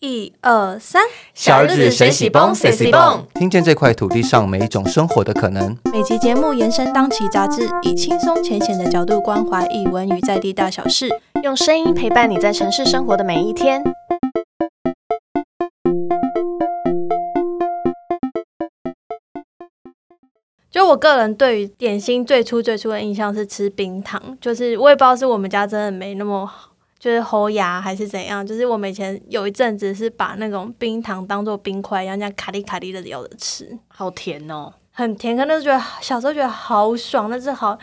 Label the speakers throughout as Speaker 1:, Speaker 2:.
Speaker 1: 一二三，
Speaker 2: 小日子水洗蹦水洗蹦，
Speaker 3: 听见这块土地上每一种生活的可能。
Speaker 1: 每集节目延伸当期杂志，以轻松浅显的角度关怀译文与在地大小事。
Speaker 2: 用声音陪伴你在城市生活的每一天。
Speaker 1: 就我个人对于点心最初最初的印象是吃冰糖，就是我也不知道是我们家真的没那么好，就是侯牙还是怎样，就是我们以前有一阵子是把那种冰糖当做冰块一样，这样卡哩卡哩的咬着吃，
Speaker 2: 好甜哦！
Speaker 1: 很甜，可那时候觉得小时候觉得好爽，那是好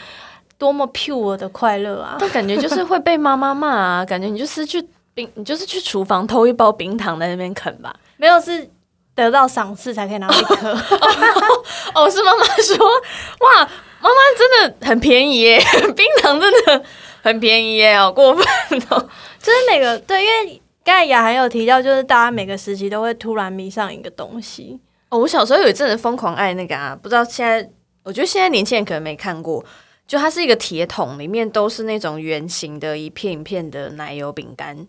Speaker 1: 多么 pure 的快乐啊！
Speaker 2: 但感觉就是会被妈妈骂啊，感觉你就是去冰，你就是去厨房偷一包冰糖在那边啃吧。
Speaker 1: 没有是得到赏识才可以拿到一颗，
Speaker 2: 哦，是妈妈说，哇，妈妈真的很便宜耶， 冰糖真的很便宜耶，好过分哦！
Speaker 1: 就是每个对，因为刚才雅涵有提到，就是大家每个时期都会突然迷上一个东西，
Speaker 2: 哦，我小时候有一阵子疯狂爱那个啊，不知道现在，我觉得现在年轻人可能没看过，就它是一个铁桶，里面都是那种圆形的一片一片的奶油饼干，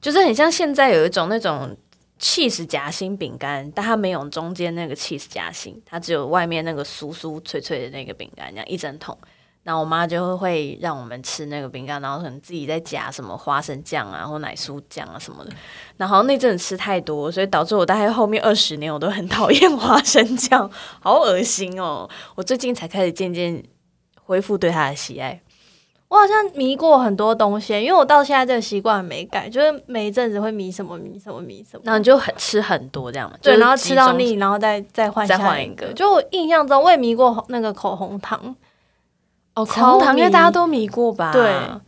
Speaker 2: 就是很像现在有一种那种 cheese 夹心饼干，但它没有中间那个 cheese 夹心，它只有外面那个酥酥脆脆的那个饼干，这样一整桶。然后我妈就会让我们吃那个饼干，然后可能自己再夹什么花生酱啊，或奶酥酱啊什么的。然后那阵子吃太多，所以导致我大概后面二十年我都很讨厌花生酱，好恶心哦！我最近才开始渐渐恢复对它的喜爱。
Speaker 1: 我好像迷过很多东西，因为我到现在这个习惯没改，就是每一阵子会迷什么迷什么迷什么，
Speaker 2: 然后你就很吃很多这样嘛，
Speaker 1: 对，
Speaker 2: 就是
Speaker 1: 然后吃到
Speaker 2: 集
Speaker 1: 腻，
Speaker 2: 中。
Speaker 1: 然后再再换
Speaker 2: 再
Speaker 1: 下
Speaker 2: 换
Speaker 1: 一
Speaker 2: 一个
Speaker 1: 就我印象中我也迷过那个口红糖，
Speaker 2: 哦，口
Speaker 1: 超
Speaker 2: 红糖应该
Speaker 1: 迷
Speaker 2: 大家都迷过吧？
Speaker 1: 对
Speaker 2: 哦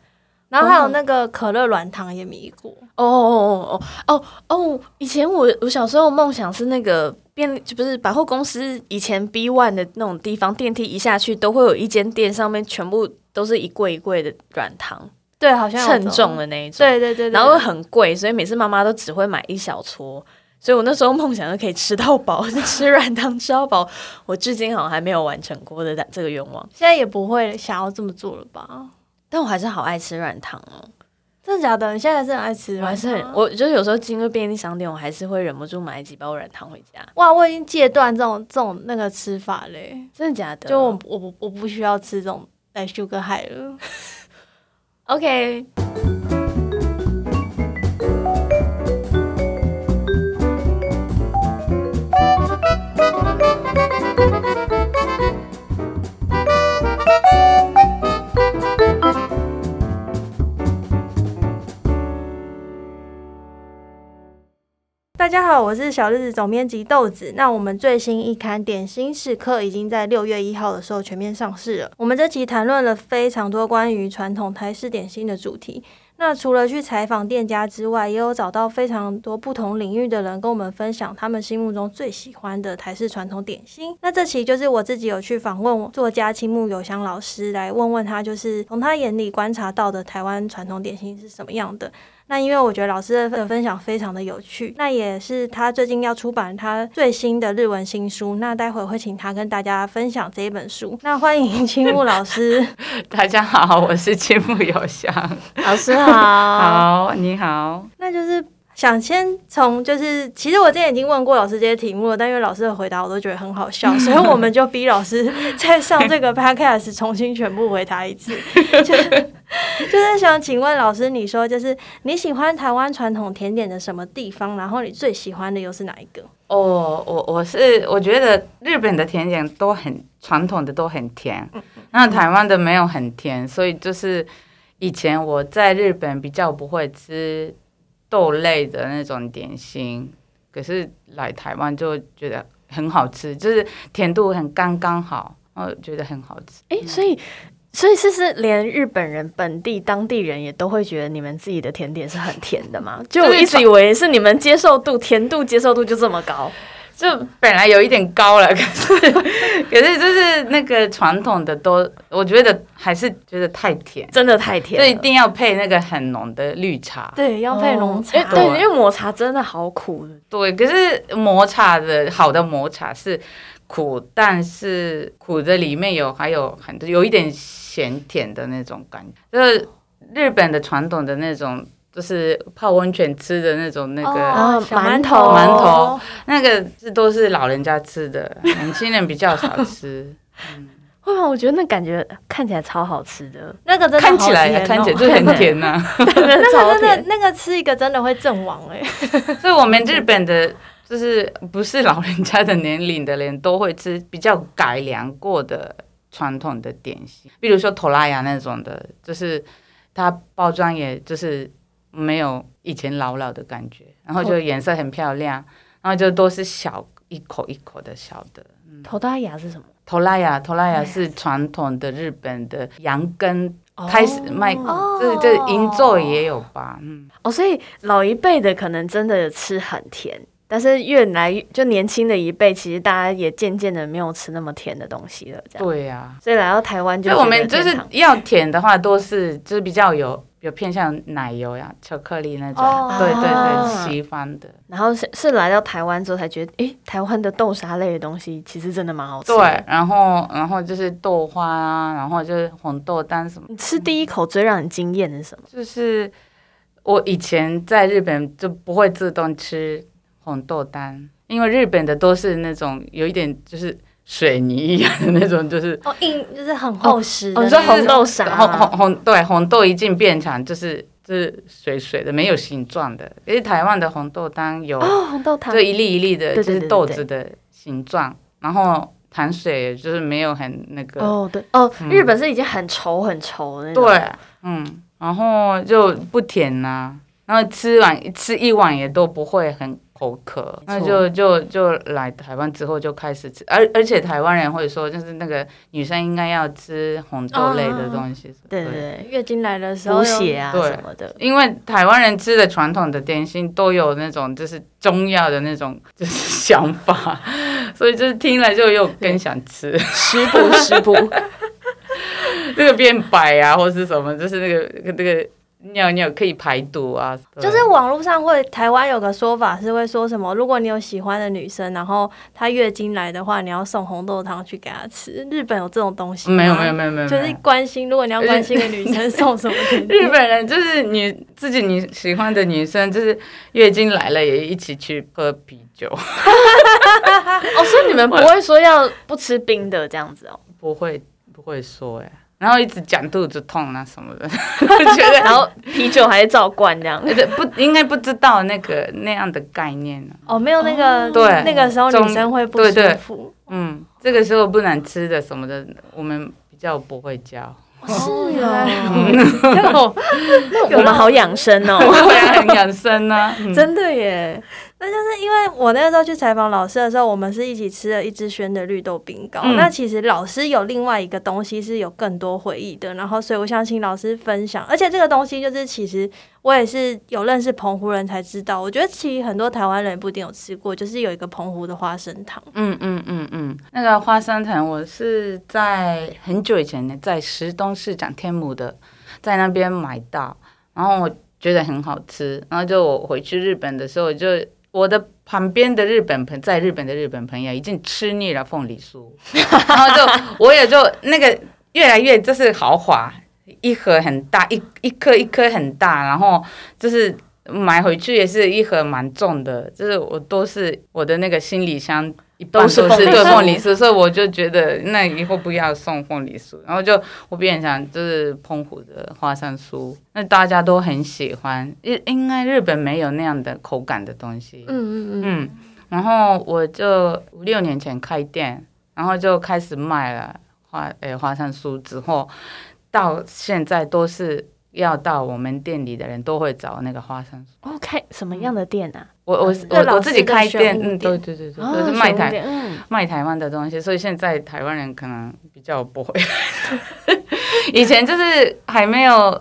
Speaker 1: 然后还有那个可乐软糖也迷过，
Speaker 2: 哦哦哦哦哦！以前我我小时候梦想是那个便利，就不是百货公司以前 B one 的那种地方，电梯一下去都会有一间店，上面全部都是一柜一柜的软糖，
Speaker 1: 对，好像有
Speaker 2: 称
Speaker 1: 这种
Speaker 2: 重，的那一种。
Speaker 1: 对对对对，
Speaker 2: 然后很贵，所以每次妈妈都只会买一小撮。所以我那时候梦想就可以吃到饱， 吃软糖吃到饱。我至今好像还没有完成过的这个愿望，
Speaker 1: 现在也不会想要这么做了吧？
Speaker 2: 但我还是好爱吃软糖哦。
Speaker 1: 真的假的？你现在还是很爱吃
Speaker 2: 我
Speaker 1: 软
Speaker 2: 还是
Speaker 1: 糖啊，
Speaker 2: 很，我就是有时候经过便利商店，我还是会忍不住买几包软糖回家。
Speaker 1: 哇，我已经戒断这种这种那个吃法嘞，
Speaker 2: 真的假的？
Speaker 1: 就我我不我不需要吃这种来 sugar high 了。
Speaker 2: OK。
Speaker 1: 大家好，我是小日子总编辑豆子。那我们最新一刊《点心时刻》已经在六月一号的时候全面上市了。我们这期谈论了非常多关于传统台式点心的主题。那除了去采访店家之外，也有找到非常多不同领域的人跟我们分享他们心目中最喜欢的台式传统点心。那这期就是我自己有去访问作家青木有香老师，来问问他，就是从他眼里观察到的台湾传统点心是什么样的。那因为我觉得老师的分享非常的有趣，那也是他最近要出版他最新的日文新书，那待会会请他跟大家分享这一本书。那欢迎青木老师，
Speaker 4: 大家好，我是青木有香。
Speaker 2: 老师 好，
Speaker 4: 好，你好。
Speaker 1: 那就是想先从就是，其实我之前已经问过老师这些题目了，但因为老师的回答我都觉得很好笑，所以我们就逼老师再上这个 podcast 重新全部回答一次。 就是就是想请问老师，你说就是你喜欢台湾传统甜点的什么地方？然后你最喜欢的又是哪一个？
Speaker 4: 哦，我我是我觉得日本的甜点都很传统的都很甜，那台湾的没有很甜，所以就是以前我在日本比较不会吃豆类的那种点心，可是来台湾就觉得很好吃，就是甜度很刚刚好，我觉得很好吃。
Speaker 2: 哎、所以所以是是连日本人本地当地人也都会觉得你们自己的甜点是很甜的吗？就我一直以为是你们接受度甜度接受度就这么高，
Speaker 4: 就本来有一点高了，可是 可是就是那个传统的都，我觉得还是觉得太甜，
Speaker 2: 真的太甜
Speaker 4: 就
Speaker 2: 了。
Speaker 4: 一定要配那个很浓的绿茶。
Speaker 1: 对，要配浓茶。
Speaker 2: 哦因为对，因为抹茶真的好苦。
Speaker 4: 对，可是抹茶的好的抹茶是苦，但是苦的里面有还有很多有一点咸甜的那种感觉，就是日本的传统的那种就是泡温泉吃的那种那个。
Speaker 1: 哦
Speaker 2: 啊
Speaker 1: 小
Speaker 2: 馒
Speaker 1: 馒
Speaker 2: 头
Speaker 4: 馒头，那个是都是老人家吃的，年轻人比较少吃。
Speaker 2: 会吗？我觉得那感觉看起来超好吃 的，
Speaker 1: 那个真的
Speaker 4: 看起来
Speaker 1: 好甜哦
Speaker 4: 看起来 就很甜呐、
Speaker 2: 真的
Speaker 1: 那
Speaker 2: 超
Speaker 1: 个真
Speaker 2: 甜
Speaker 1: 的。那个吃一个真的会阵亡哎、
Speaker 4: 所以我们日本的，就是不是老人家的年龄的人都会吃比较改良过的传统的点心，比如说头拉雅那种的，就是它包装也就是没有以前老老的感觉，然后就颜色很漂亮，然后就都是小一口一口的小的。
Speaker 2: 头大牙是什么？
Speaker 4: 头拉雅，头
Speaker 1: 哎
Speaker 4: 拉雅是传统的日本的羊羹，
Speaker 1: 哦
Speaker 4: 哦开始卖，这这银座也有吧？嗯。
Speaker 2: 哦，所以老一辈的可能真的吃很甜，但是越来越就年轻的一辈，其实大家也渐渐的没有吃那么甜的东西了，这样。
Speaker 4: 对呀、
Speaker 2: 所以来到台湾就
Speaker 4: 所以我们
Speaker 2: 觉得
Speaker 4: 就是
Speaker 2: 天堂
Speaker 4: 要甜的话，都是就是比较有有偏向奶油呀、巧克力那种，
Speaker 1: 哦
Speaker 4: 对对
Speaker 2: 啊
Speaker 4: 对，西方的。
Speaker 2: 然后是是来到台湾之后才觉得，诶，台湾的豆沙类的东西其实真的蛮好吃的。
Speaker 4: 对，，然后然后就是豆花啊，然后就是红豆蛋什么，
Speaker 2: 你吃第一口最让人惊艳的是什么？
Speaker 4: 就是我以前在日本就不会自动吃红豆蛋，因为日本的都是那种有一点就是水泥一样的那种，就是
Speaker 1: 哦硬就是很厚实的那
Speaker 2: 哦，你
Speaker 1: 种、
Speaker 2: 说红豆沙、啊
Speaker 4: 红红红对红豆一进变成就是就是水水的，没有形状的。因为台湾的红豆汤有、
Speaker 2: 哦，红豆汤
Speaker 4: 就一粒一粒的，
Speaker 2: 对对
Speaker 4: 就
Speaker 2: 对
Speaker 4: 是
Speaker 2: 对
Speaker 4: 豆子的形状，然后糖水就是没有很那个，嗯
Speaker 2: 哦，对哦，日本是已经很稠很稠的那种。
Speaker 4: 对，嗯，然后就不甜呐、然后吃完吃一碗也都不会很口渴，
Speaker 2: 没
Speaker 4: 那
Speaker 2: 错
Speaker 4: 就就就来台湾之后就开始吃，而而且台湾人会说，就是那个女生应该要吃红豆类的东西，
Speaker 2: 哦对对对，
Speaker 1: 月经来的时候
Speaker 2: 补
Speaker 1: 又
Speaker 2: 血啊
Speaker 4: 对
Speaker 2: 什么的。
Speaker 4: 因为台湾人吃的传统的点心都有那种就是中药的那种就是想法，所以就是听了就又更想吃，
Speaker 2: 食补食补，
Speaker 4: 那个变白啊，或是什么，就是那个那个尿尿可以排毒啊，对
Speaker 1: 就是网络上会，台湾有个说法是会说什么，如果你有喜欢的女生，然后她月经来的话，你要送红豆汤去给她吃。日本有这种东西吗
Speaker 4: 嗯没有没有没有没有，
Speaker 1: 就是
Speaker 4: 没有
Speaker 1: 关心，如果你要关心一个女生， 送什么甜
Speaker 4: 日
Speaker 1: 点？
Speaker 4: 本人就是女自己你喜欢的女生，就是月经来了也一起去喝啤酒，
Speaker 2: 哦，所以你们不会说要不吃冰的这样子哦，
Speaker 4: 不会不会说哎、然后一直讲肚子痛啊什么的， 我觉得
Speaker 2: 然后啤酒还是照灌这样。
Speaker 4: 呃对不应该不知道那个那样的概念啊呢、
Speaker 1: 哦，没有那个，
Speaker 4: 对
Speaker 1: 那个时候
Speaker 4: 中
Speaker 1: 女生会不舒
Speaker 4: 对对
Speaker 1: 服。
Speaker 4: 嗯，这个时候不能吃的什么的，我们比较不会 教，
Speaker 1: 是啊
Speaker 4: 嗯
Speaker 2: 哦，
Speaker 4: 然后
Speaker 2: 我们好养生哦，
Speaker 4: 会很养生呢、嗯
Speaker 2: 真的耶。
Speaker 1: 因为我那个时候去采访老师的时候，我们是一起吃了一支轩的绿豆冰糕。
Speaker 4: 嗯
Speaker 1: 那其实老师有另外一个东西是有更多回忆的，然后所以我想请老师分享。而且这个东西就是其实我也是有认识澎湖人才知道，我觉得其实很多台湾人也不一定有吃过，就是有一个澎湖的花生糖。
Speaker 4: 嗯嗯嗯嗯，那个花生藤，我是在很久以前呢，在石东市长天母的，在那边买到，然后我觉得很好吃，然后就我回去日本的时候，我就我的旁边的日本朋在日本的日本朋友已经吃腻了凤 梨酥，然后就我也就那个越来越就是豪华，一盒很大，一一颗一颗很大，然后就是买回去也是一盒蛮重的，就是我都是我的那个行李箱一半
Speaker 2: 都是
Speaker 4: 是
Speaker 2: 凤梨
Speaker 4: 对
Speaker 2: 酥
Speaker 4: 凤梨酥，所以我就觉得那以后不要送凤梨酥，然后就我变想就是澎湖的花生酥，那大家都很喜欢，日应该日本没有那样的口感的东西，
Speaker 1: 嗯嗯嗯，
Speaker 4: 嗯，然后我就五六年前开店，然后就开始卖了花诶、花生酥之后，到现在都是要到我们店里的人都会找那个花生酥。
Speaker 2: 哦，开什么样的店啊？
Speaker 4: 我我
Speaker 1: 那
Speaker 4: 我
Speaker 1: 嗯老
Speaker 4: 我自己
Speaker 1: 式的
Speaker 4: 开
Speaker 1: 玄
Speaker 4: 店，
Speaker 1: 武
Speaker 4: 嗯，
Speaker 1: 店啊
Speaker 4: 对对对对，
Speaker 2: 哦
Speaker 4: 就是卖台
Speaker 2: 熊店嗯
Speaker 4: 卖台湾的东西，所以现在台湾人可能比较不会。 以前就是还没有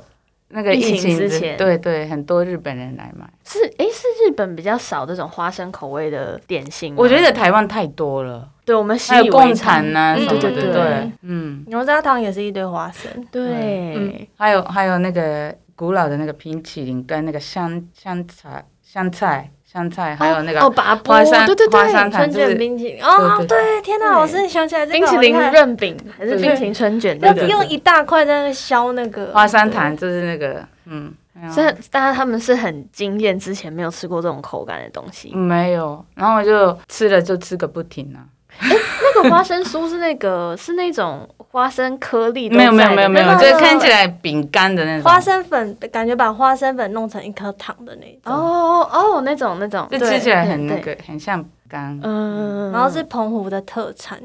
Speaker 4: 那个
Speaker 2: 疫情
Speaker 4: 情
Speaker 2: 之
Speaker 4: 之
Speaker 2: 前
Speaker 4: 对对，很多日本人来买。
Speaker 2: 是诶，是日本比较少这种花生口味的点心吗。
Speaker 4: 我觉得台湾太多了，
Speaker 2: 对我们嗯习
Speaker 4: 还
Speaker 2: 以
Speaker 4: 有
Speaker 2: 为
Speaker 4: 共
Speaker 2: 常。
Speaker 4: 产呐、
Speaker 1: 嗯
Speaker 4: 什么
Speaker 2: 对
Speaker 4: 的，
Speaker 2: 对对
Speaker 4: 对，嗯。
Speaker 1: 牛轧糖也是一堆花生。
Speaker 4: 嗯
Speaker 2: 对，
Speaker 4: 还有还有那个古老的那个冰淇淋跟那个香香菜香菜香菜，还有那个、
Speaker 2: 哦，拔波
Speaker 4: 花生，
Speaker 2: 对对
Speaker 4: 花生
Speaker 2: 对，
Speaker 4: 糖
Speaker 1: 春
Speaker 4: 就是
Speaker 1: 卷冰淇淋哦，
Speaker 4: 对对
Speaker 1: 对，天哪，
Speaker 2: 对
Speaker 1: 老师你想起来这个
Speaker 2: 冰淇
Speaker 1: 好厉
Speaker 2: 淋
Speaker 1: 害
Speaker 2: 润饼还是
Speaker 4: 对
Speaker 2: 冰淇淋春卷那
Speaker 1: 要
Speaker 2: 个
Speaker 1: 用一大块在那削那个
Speaker 4: 花生糖，就是那个嗯，
Speaker 1: 啊
Speaker 2: 所以但是他们是很惊艳，之前没有吃过这种口感的东西。
Speaker 4: 没有，然后我就吃了就吃个不停啊。
Speaker 2: 那个花生酥是那个是那种花生颗粒都
Speaker 4: 没有没有
Speaker 2: 在
Speaker 4: 没有
Speaker 2: 的
Speaker 4: 没有，
Speaker 2: 那
Speaker 4: 就
Speaker 2: 种
Speaker 4: 是看起来饼干的那种，
Speaker 1: 花生粉感觉把花生粉弄成一颗糖的那种，
Speaker 2: 哦哦那种那种，
Speaker 4: 就
Speaker 2: 对
Speaker 4: 吃起来很
Speaker 2: 对
Speaker 4: 那个，很像干。
Speaker 2: 嗯，
Speaker 1: 然后是澎湖的特产，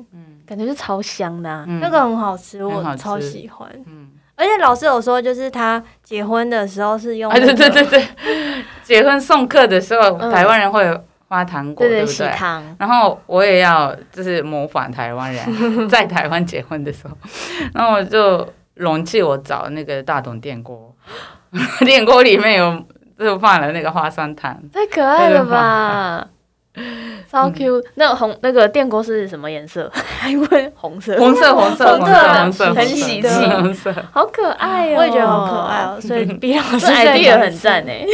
Speaker 2: 感觉是超香的、啊，
Speaker 4: 嗯
Speaker 1: 那个很好吃，
Speaker 4: 很好
Speaker 1: 我
Speaker 4: 吃
Speaker 1: 超喜欢。
Speaker 4: 嗯，
Speaker 1: 而且老师有说，就是他结婚的时候是用、
Speaker 4: 啊对对对，对， 结婚送客的时候，
Speaker 2: 嗯
Speaker 4: 台湾人会有花糖果，
Speaker 2: 对
Speaker 4: 对不
Speaker 2: 喜
Speaker 4: 对？
Speaker 2: 糖，
Speaker 4: 然后我也要就是模仿台湾人， 在台湾结婚的时候， 然后我就容器我找那个大桶电锅， 电锅里面有就放了那个花生糖，
Speaker 2: 太可爱了吧，超
Speaker 4: 嗯
Speaker 2: Q、那红那个电锅是什么颜色？ 还问红色，啊
Speaker 4: 红色红色
Speaker 1: 红色
Speaker 4: 红色
Speaker 1: 的
Speaker 4: 红色，嗯
Speaker 2: 很
Speaker 4: 红色
Speaker 2: 喜
Speaker 1: 庆
Speaker 4: 红色。
Speaker 2: 好可爱哦、
Speaker 1: 我也觉得好可爱。
Speaker 4: 哎
Speaker 1: 哦、所以毕老师
Speaker 2: 这 idea
Speaker 1: 也
Speaker 2: 很赞。 哎，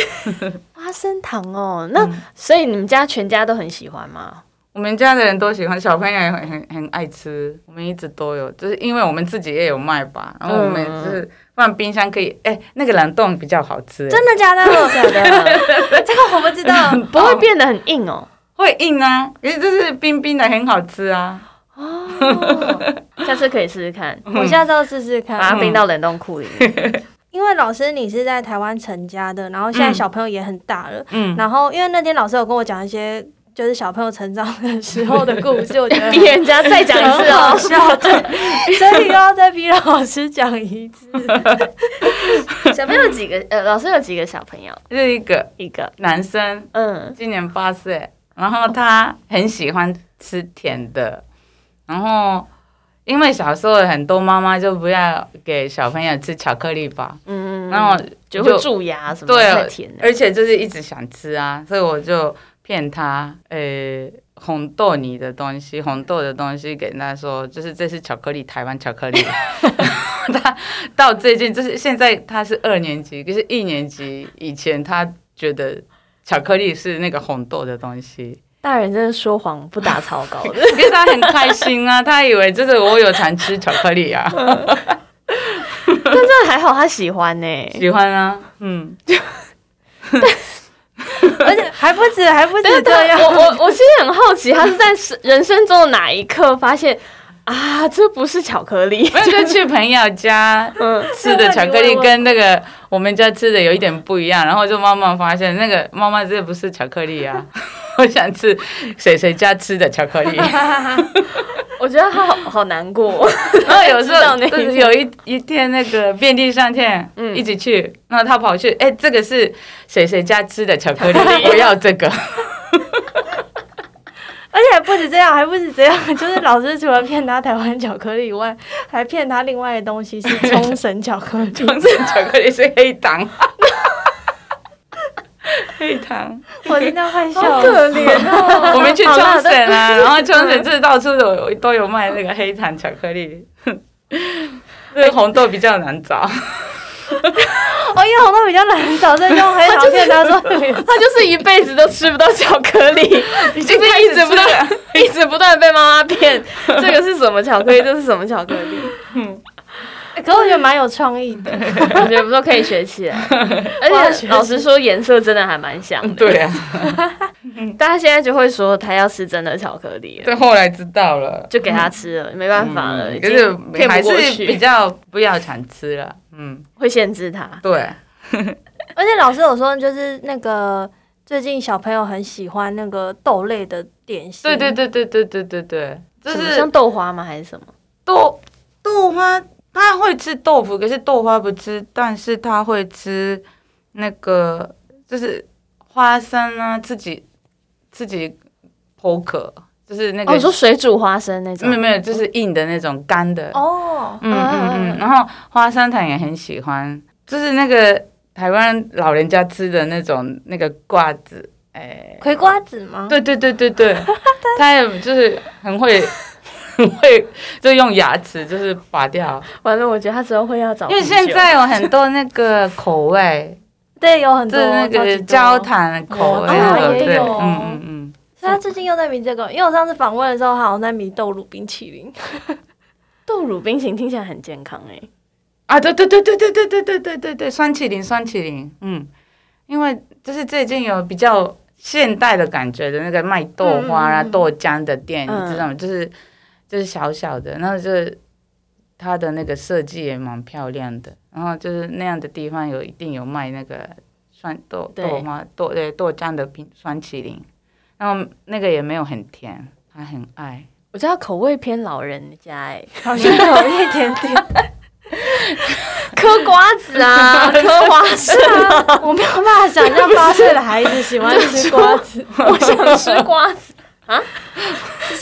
Speaker 2: 花生糖哦，那、所以你们家全家都很喜欢吗？
Speaker 4: 我们家的人都喜欢，小朋友也很很很爱吃，我们一直都有，就是因为我们自己也有卖吧，然后我们
Speaker 2: 嗯
Speaker 4: 就是放冰箱可以，哎、那个冷冻比较好吃，
Speaker 1: 真的假的？
Speaker 2: 假 的，
Speaker 1: 这个我不知道。
Speaker 4: 嗯
Speaker 2: 不会变得很硬哦。
Speaker 4: 会硬啊，因为就是冰冰的很好吃啊，
Speaker 2: 下次可以试试看，
Speaker 1: 我下次要试试
Speaker 2: 把
Speaker 1: 看，
Speaker 2: 它
Speaker 4: 嗯
Speaker 2: 冰到冷冻库里 面。
Speaker 1: 因为老师你是在台湾成家的，然后现在
Speaker 4: 嗯
Speaker 1: 小朋友也很大了，
Speaker 4: 嗯，
Speaker 1: 然后因为那天老师有跟我讲一些就是小朋友成长的时候的故 事，我觉得
Speaker 2: 逼人家再讲 一次
Speaker 1: 很好
Speaker 2: 哦。
Speaker 1: 笑，对，所以又要再逼老师讲一次。
Speaker 2: 小朋友几个？呃，老师有几个小朋友？
Speaker 4: 这一个
Speaker 2: 一个。
Speaker 4: 男生
Speaker 2: 嗯，
Speaker 4: 今年八岁，然后他很喜欢吃甜的，然后因为小时候很多妈妈就不要给小朋友吃巧克力吧，
Speaker 2: 嗯，
Speaker 4: 然后
Speaker 2: 就啊会蛀牙什么的，
Speaker 4: 对
Speaker 2: 太甜了。
Speaker 4: 而且就是一直想吃啊，所以我就骗他，呃，红豆泥的东西，红豆的东西给他说，就是这是巧克力，台湾巧 克力。他到最近就是现在他是二年级，就是一年级以前他觉得巧克力是那个红豆的东西，
Speaker 2: 大人真的说谎不打草稿 的，
Speaker 4: 可是他很开心啊，他以为就是我有常吃巧克力啊，
Speaker 2: 但这还好他喜欢欸呢、
Speaker 4: 喜欢啊，嗯，
Speaker 1: 而且还不止，还不
Speaker 2: 但
Speaker 1: 止
Speaker 2: 是
Speaker 1: 这
Speaker 2: 他，
Speaker 1: 样。
Speaker 2: 我 我我其实很好奇，他是在是人生中的哪一刻发现啊，这不是巧克力？
Speaker 4: 没有就去朋友家，
Speaker 2: 嗯，
Speaker 4: 吃的巧克力跟那个我们家吃的有一点不一样，然后就慢慢发现那个妈妈这不是巧克力啊， 我想吃谁谁家吃的 巧克力。
Speaker 2: 我觉得他好好难 过。
Speaker 4: 然后有时
Speaker 2: 知道
Speaker 4: 候
Speaker 2: 那一
Speaker 4: 就是有一一天那个便利商店，
Speaker 2: 嗯
Speaker 4: 一起去，然后他跑去，哎、这个是谁谁家吃的巧 克力，我要这个。
Speaker 1: 而且还不止这样，还不止这样，就是老师除了骗他台湾巧克力以外，还骗他另外的东西是冲绳巧克力。
Speaker 4: 红色巧克力是黑 糖。黑糖，
Speaker 1: 我真的快笑
Speaker 2: 好
Speaker 1: 死
Speaker 2: 可
Speaker 1: 了。
Speaker 2: 怜哦！
Speaker 4: 我们去冲绳啊，然后冲绳就是到处都有都有卖那个黑糖巧克 力，那个红豆比较难找。
Speaker 1: 哦，因为红豆比较难找，所以用黑糖骗他说。
Speaker 2: 他就是一辈子都吃不到巧克 力，就是一直不断、 一直不断被妈妈骗，这个是什么巧克力，这是什么巧克力，
Speaker 1: 欸可我觉得蛮有创意的，
Speaker 2: 我觉得不错，可以学起 来。而且老实说，颜色真的还蛮像的。
Speaker 4: 对啊，嗯
Speaker 2: 大家现在就会说他要吃真的巧克力了，
Speaker 4: 这后来知道了，嗯
Speaker 2: 就给他吃了，没办法了，已
Speaker 4: 可
Speaker 2: 经
Speaker 4: 是
Speaker 2: 骗
Speaker 4: 还
Speaker 2: 不过
Speaker 4: 是比
Speaker 2: 去，
Speaker 4: 较不要常吃了。嗯，
Speaker 2: 会限制他。
Speaker 4: 对，
Speaker 1: 而且老师有说，就是那个最近小朋友很喜欢那个豆类的点心，
Speaker 4: 对对对对对对对对，就
Speaker 2: 什么
Speaker 4: 是
Speaker 2: 像豆花吗？还是什么？
Speaker 4: 豆豆花，他会吃豆腐，可是豆花不吃，但是他会吃那个就是花生啊，自己自己剖壳，就是那个、
Speaker 2: 哦，你说水煮花生那
Speaker 4: 没有
Speaker 2: 种？
Speaker 4: 没有，就是硬的那种干的。
Speaker 1: 哦，
Speaker 4: 嗯嗯
Speaker 2: 嗯
Speaker 4: 嗯，然后花生糖也很喜欢，就是那个台湾老人家吃的那种那个瓜子，哎、
Speaker 1: 葵瓜子
Speaker 2: 哦
Speaker 1: 吗？
Speaker 4: 对对对 对对，他也就是很会，很会就用牙齿就是拔掉，
Speaker 2: 完了，我觉得他之后会要找
Speaker 4: 因
Speaker 2: 啤酒，
Speaker 4: 为现在有很多那个口味，
Speaker 1: 对， 有很
Speaker 4: 就
Speaker 1: 多
Speaker 4: 是那
Speaker 1: 超级
Speaker 4: 个
Speaker 1: 多
Speaker 4: 焦糖口味，
Speaker 1: 哦
Speaker 4: 对
Speaker 1: 也
Speaker 4: 对，
Speaker 1: 有
Speaker 4: 嗯嗯嗯，
Speaker 1: 所以他最近又在迷这个，因为我上次访问的时 候，他好像在迷豆乳冰淇淋。
Speaker 2: 豆乳冰淇淋听起来很健康哎。
Speaker 4: 啊，对对对对对对对对对对对，双麒麟双麒麟，嗯，因为就是最近有比较现代的感觉的那个卖豆花啊、
Speaker 2: 嗯嗯嗯
Speaker 4: 豆浆的店，
Speaker 2: 嗯
Speaker 4: 你知道吗？就是就是小小的，然后就是它的那个设计也蛮漂亮的，然后就是那样的地方有一定有卖那个酸豆
Speaker 2: 对
Speaker 4: 豆花豆对豆浆的冰双麒麟，然后那个也没有很甜，他很爱。
Speaker 2: 我知道口味偏老人家哎、
Speaker 1: 好像有一点 点。
Speaker 2: 嗑瓜 子啊，嗑花生啊，
Speaker 1: 我没有办法想象八岁的孩子喜欢吃瓜子，
Speaker 2: 我想吃瓜 子。
Speaker 1: 所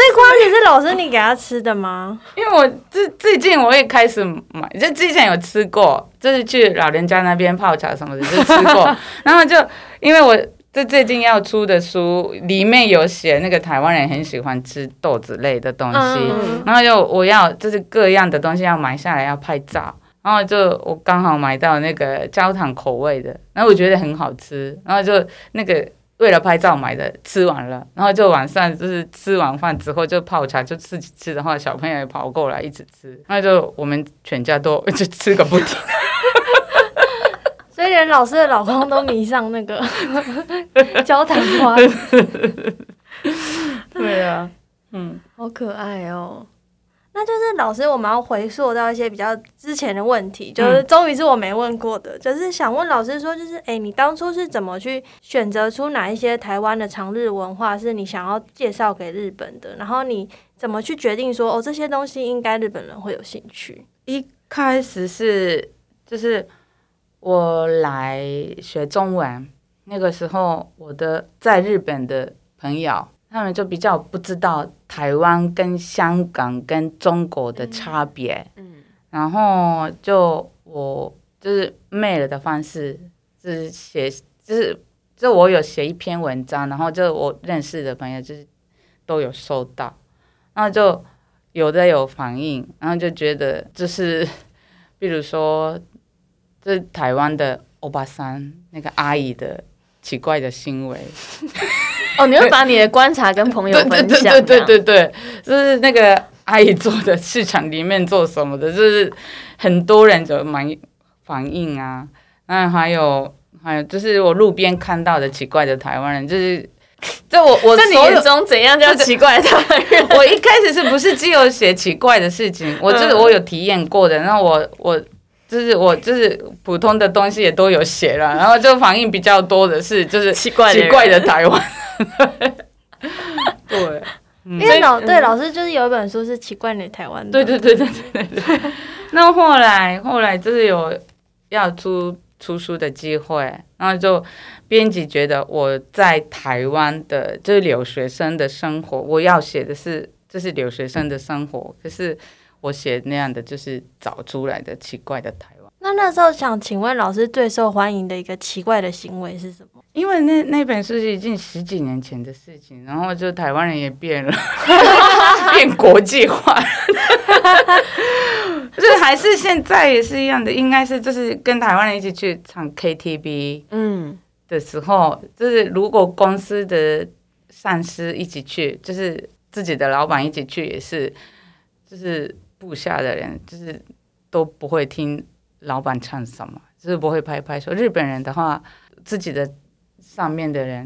Speaker 1: 以瓜子是老师你给他吃的吗？
Speaker 4: 因为我最最近我也开始买，就之前有吃过，就是去老人家那边泡茶什么的就吃 过，然后就因为我这最近要出的书里面有写那个台湾人很喜欢吃豆子类的东西，
Speaker 1: 嗯，
Speaker 4: 然后就我要就是各样的东西要买下来要拍照，然后就我刚好买到那个焦糖口味的，然后我觉得很好吃，然后就那个为了拍照买的吃完了，然后就晚上就是吃完饭之后就泡茶就自己吃的话，小朋友也跑过来一直吃，那就我们全家都 就吃个不停。
Speaker 1: 所以连老师的老公都迷上那个 焦糖瓜子，
Speaker 4: 对啊，
Speaker 2: 好可爱哦！
Speaker 1: 那就是老师，我们要回溯到一些比较之前的问题，
Speaker 2: 嗯
Speaker 1: 就是终于是我没问过的，就是想问老师说，就是哎、诶你当初是怎么去选择出哪一些台湾的长日文化是你想要介绍给日本的？然后你怎么去决定说，哦，这些东西应该日本人会有兴趣？
Speaker 4: 一开始是就是我来学中文，那个时候我的在日本的朋友，他们就比较不知道台湾跟香港跟中国的差别，
Speaker 2: 嗯
Speaker 4: 然后就我就是 mail 的方式，就是写，就是就我有写一篇文章，然后就我认识的朋友就是都有收到，然后就有的有反应，然后就觉得就是，比如说，就是台湾的欧巴桑那个阿姨的奇怪的行 为，
Speaker 2: 哦，你会把你的观察跟朋友
Speaker 4: 对
Speaker 2: 分
Speaker 4: 对
Speaker 2: 享，啊
Speaker 4: 对对对对，就是那个阿姨做的市场里面做什么的，就是很多人就蛮反应啊。那还有还有，就是我路边看到的奇怪的台湾人，就是 这我我
Speaker 2: 在你
Speaker 4: 所有
Speaker 2: 眼中怎样叫 奇怪 的台湾人？
Speaker 4: 我一开始是不是只有写奇怪的事情？我就是
Speaker 2: 嗯
Speaker 4: 我有体验过的，然后我我就是我就是普通的东西也都有写了，然后就反应比较多的是就是
Speaker 2: 奇怪的人
Speaker 4: 奇怪的台湾。 对
Speaker 2: 嗯
Speaker 1: 因为老对老师就是有一本书是奇怪你台湾的，
Speaker 4: 对对对对对对对。那后来后来就是有要出出书的机会，然后就编辑觉得我在台湾的就是留学生的生活，我要写的是就是留学生的生活，可是我写那样的就是找出来的奇怪的台湾。
Speaker 1: 那那时候想请问老师最受欢迎的一个奇怪的行为是什么？
Speaker 4: 因为那那本书是已经十几年前的事情，然后就台湾人也变了，变国际化，就是还是现在也是一样的，应该是就是跟台湾人一起去唱 KTV
Speaker 2: 嗯，
Speaker 4: 的时候，就是如果公司的上司一起去，就是自己的老板一起去，也是就是部下的人，就是都不会听老板唱什么，就是不会拍拍手。日本人的话，自己的上面的人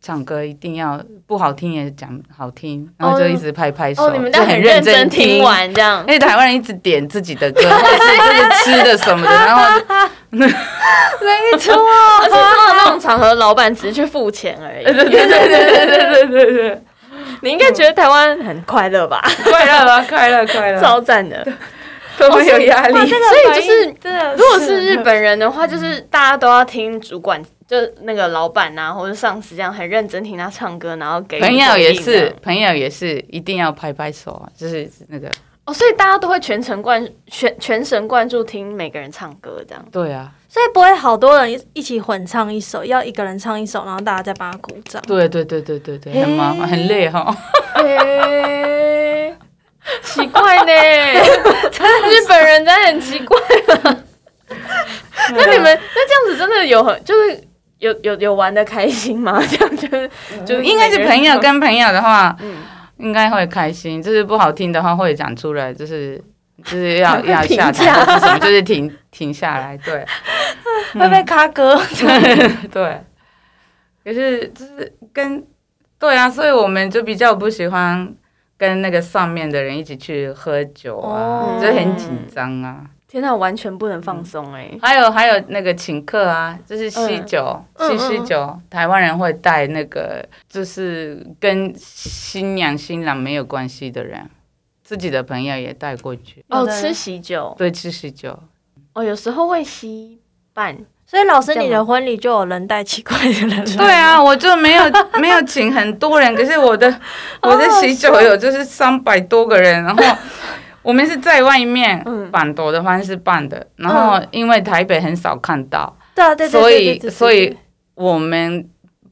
Speaker 4: 唱歌一定要不好听也讲好听，然后就一直拍拍手，
Speaker 2: 哦，你们都
Speaker 4: 就
Speaker 2: 很认
Speaker 4: 认
Speaker 2: 真
Speaker 4: 听
Speaker 2: 听。完这样
Speaker 4: 因，为台湾人一直点自己的歌， 或者是就是吃的什么的，然后
Speaker 1: 没错，
Speaker 2: 而且通常那种场合，老板只是去付钱而已。对对对对对对对对，你应该觉得台湾很快乐吧？
Speaker 4: 快乐吧，快乐快乐，
Speaker 2: 超赞的。
Speaker 4: 都没有压力
Speaker 1: 哇，。这个
Speaker 2: 所以
Speaker 1: 反应
Speaker 2: 就是
Speaker 1: 真的，
Speaker 2: 如果是日本人的话，就是大家都要听主管，就是那个老板呐、或者上司这样很认真听他唱歌，然后给予
Speaker 4: 朋友
Speaker 2: 哎回应
Speaker 4: 也
Speaker 2: 这
Speaker 4: 是
Speaker 2: 样，
Speaker 4: 朋友也是，一定要拍拍手啊，就是那个，
Speaker 2: 哦，所以大家都会全程贯全全神贯注听每个人唱歌这样。
Speaker 4: 对啊，
Speaker 1: 所以不会好多人一一起混唱一首，要一个人唱一首，然后大家再帮他鼓掌。
Speaker 4: 对对对对对对，很麻烦，很累哦哈、
Speaker 2: 诶，哎奇怪呢，日本人真的很奇怪啊了。 那你们那这样子真的有很就是有有有玩的开心吗？这样就是就是
Speaker 4: 应该是朋
Speaker 2: 每
Speaker 4: 友
Speaker 2: 个人
Speaker 4: 跟朋友的话，
Speaker 2: 嗯
Speaker 4: 应该会开心，就是不好听的话会讲出来，就是就是要要
Speaker 2: 停
Speaker 4: 下台或是什么，就是停停下来，对。
Speaker 2: 嗯
Speaker 1: 会被卡哥。
Speaker 4: 对，可是就是跟对啊，所以我们就比较不喜欢跟那个上面的人一起去喝酒啊，
Speaker 1: 哦
Speaker 4: 就很紧张啊。
Speaker 2: 天哪，完全不能放松哎、
Speaker 4: 还有还有那个请客啊，就是喜酒，
Speaker 1: 嗯
Speaker 4: 喜
Speaker 1: 嗯
Speaker 4: 喜酒，台湾人会带那个就是跟新娘新郎没有关系的人，自己的朋友也带过去，
Speaker 1: 有
Speaker 2: 哦，
Speaker 1: 的人
Speaker 2: 吃喜酒
Speaker 4: 对，吃喜酒。
Speaker 2: 哦，有时候会吸半，
Speaker 1: 所以老师，
Speaker 2: 这样吗
Speaker 1: 你的婚礼就有人带奇怪的人来。
Speaker 4: 对啊，我就没有 没有请很多人，可是我的
Speaker 1: 哦
Speaker 4: 我的喜酒有就是三百多个人，然后我们是在外面
Speaker 2: 嗯
Speaker 4: 办桌的方式办的，然后
Speaker 1: 嗯
Speaker 4: 因为台北很少看到，
Speaker 1: 对啊，对对
Speaker 4: 所
Speaker 1: 对
Speaker 4: 以
Speaker 1: 对对。
Speaker 4: 所
Speaker 1: 对
Speaker 4: 以我们。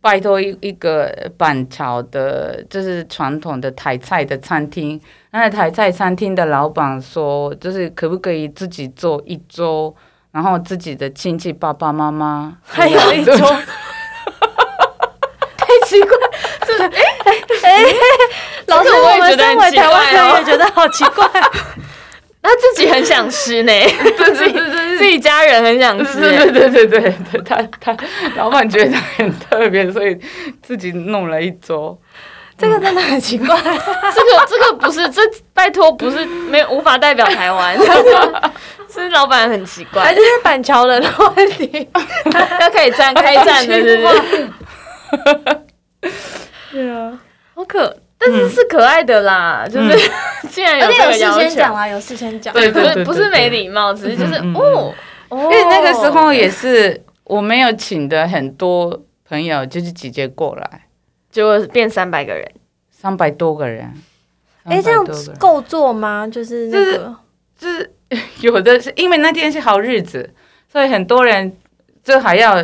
Speaker 4: 拜托一一个板桥的，就是传统的台菜的餐厅，那台菜餐厅的老板说，就是可不可以自己做一桌，然后自己的亲戚爸爸妈 妈
Speaker 1: 还有一桌，
Speaker 4: 太奇怪了
Speaker 1: 哎老师，
Speaker 2: 哎嗯这个我
Speaker 1: 我
Speaker 2: 也
Speaker 1: 们
Speaker 2: 觉得
Speaker 1: 身
Speaker 2: 很
Speaker 1: 为台湾
Speaker 2: 奇怪哦
Speaker 1: 人也觉得好奇怪。
Speaker 2: 他自己很想吃呢， 自己自己家人很想吃欸、
Speaker 4: 对对对对对对，他他老板觉得很特别，所以自己弄了一桌。
Speaker 1: 这个真的很奇怪，
Speaker 2: 这个这个不是这拜托不是没有无法代表台 湾，是老板很奇
Speaker 1: 还
Speaker 2: 怪
Speaker 1: 是，是板桥人的问 题？
Speaker 2: 要开战开战了是不是？
Speaker 1: 对啊，
Speaker 2: 好可，但是是可爱的啦，就是、竟然有
Speaker 1: 而且
Speaker 2: 这
Speaker 1: 有
Speaker 2: 个
Speaker 1: 事
Speaker 2: 要
Speaker 1: 先
Speaker 2: 求
Speaker 1: 讲，啦，啊有事先讲。
Speaker 4: 对
Speaker 2: 不
Speaker 4: 对
Speaker 2: 是不是没礼貌，只是就是
Speaker 4: 嗯嗯
Speaker 2: 哦。因
Speaker 1: 因
Speaker 4: 因为那个时候也是我没有请的很多朋友，就是直接过来，
Speaker 2: 就变三百个人，
Speaker 4: 三百多个人。
Speaker 1: 哎，这样
Speaker 4: 300多个人
Speaker 1: 够做吗？就是那个
Speaker 4: 就是 有的是因为那天是好日子，所以很多人就还要，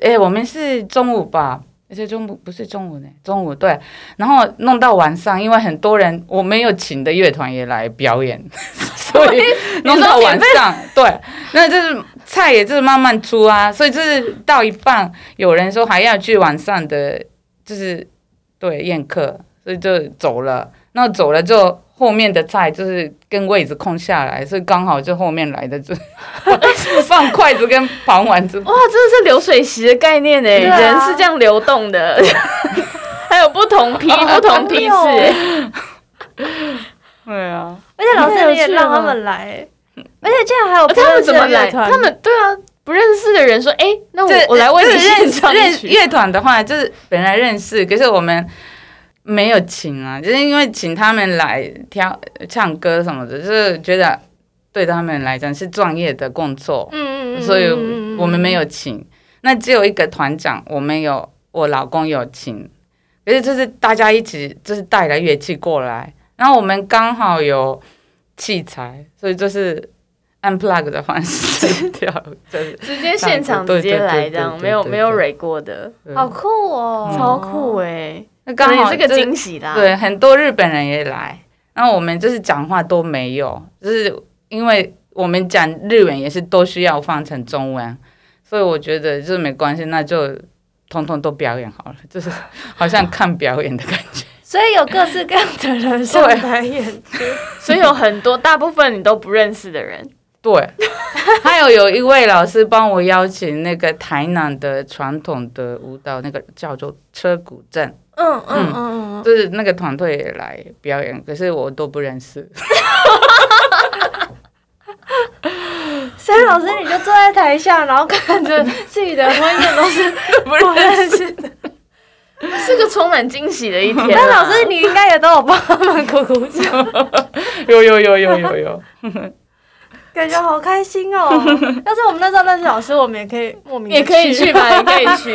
Speaker 4: 哎、我们是中午吧，而且中午不是中午呢，中午对，然后弄到晚上，因为很多人我没有请的乐团也来表演， 所以弄到晚上，对，那就是菜也就是慢慢出啊，所以就是到一半，有人说还要去晚上的，就是对宴客，所以就走了。那走了之后，后面的菜就是跟位置空下来，所以刚好就后面来的就 放筷子跟盘碗子。
Speaker 2: 哇，真的是流水席的概念呢、
Speaker 1: 对啊
Speaker 2: 人是这样流动的， 哦还有不同批、不同批次
Speaker 1: 好有
Speaker 2: 欸、
Speaker 4: 对啊，
Speaker 1: 而且老
Speaker 2: 太有
Speaker 1: 师你也
Speaker 2: 趣了
Speaker 1: 让他
Speaker 2: 吧
Speaker 1: 们来，而且竟然还有
Speaker 2: 而
Speaker 1: 不
Speaker 2: 哦且他
Speaker 1: 认
Speaker 2: 们
Speaker 1: 识
Speaker 2: 怎么
Speaker 1: 的
Speaker 2: 来？
Speaker 1: 乐团，
Speaker 2: 他们对啊，不认识的人说：“哎、那我
Speaker 4: 这
Speaker 2: 我来为你
Speaker 4: 这
Speaker 2: 献唱
Speaker 4: 认
Speaker 2: 一
Speaker 4: 识
Speaker 2: 曲。
Speaker 4: 乐团的话，就是本来认识，可是我们没有请啊，就是因为请他们来跳唱歌什么的，就是觉得对他们来讲是专业的工作，
Speaker 1: 嗯嗯嗯，
Speaker 4: 所以
Speaker 1: 嗯
Speaker 4: 我们没。有请。那只有一个团长，我们有我老公有请，可是就是大家一起就是带了乐器过来，然后我们刚好有器材，所以就是按 plug 的方式 跳，就是
Speaker 2: 直接现场
Speaker 4: 对
Speaker 2: 直
Speaker 4: 对
Speaker 2: 接来
Speaker 4: 对对
Speaker 2: 这样，
Speaker 4: 对
Speaker 2: 没有
Speaker 4: 对
Speaker 2: 没有
Speaker 4: 对
Speaker 2: 蕊过的，
Speaker 4: 对
Speaker 1: 好酷哦，
Speaker 2: 超酷哎、
Speaker 4: 嗯那
Speaker 2: 可
Speaker 4: 刚
Speaker 2: 能也
Speaker 4: 好
Speaker 2: 是个
Speaker 4: 就是
Speaker 2: 惊喜啦。
Speaker 4: 对，很多日本人也来，然后我们就是讲话都没有，就是因为我们讲日文也是都需要翻成中文，所以我觉得就是没关系，那就通通都表演好了，就是好像看表演的感 觉。
Speaker 1: 所以有各式各样的人上台演出，
Speaker 2: 所以有很多大部分你都不认识的人，
Speaker 4: 对，还有有一位老师帮我邀请那个台南的传统的舞蹈，那个叫做车鼓阵，
Speaker 1: 嗯嗯嗯嗯，
Speaker 4: 就是那个团队也来表演，可是我都不认识。
Speaker 1: 所以老师你就坐在台下，然后看着自己的婚宴都是不认识的。
Speaker 2: 是个充满惊喜的一天啦。
Speaker 1: 但老师你应该也都有帮他们鼓鼓掌，
Speaker 4: 有有有有有有。
Speaker 1: 感觉好开心哦。 要是我们那时候认识老师，我们也可以莫名地
Speaker 2: 也可以去吧，也可以 去。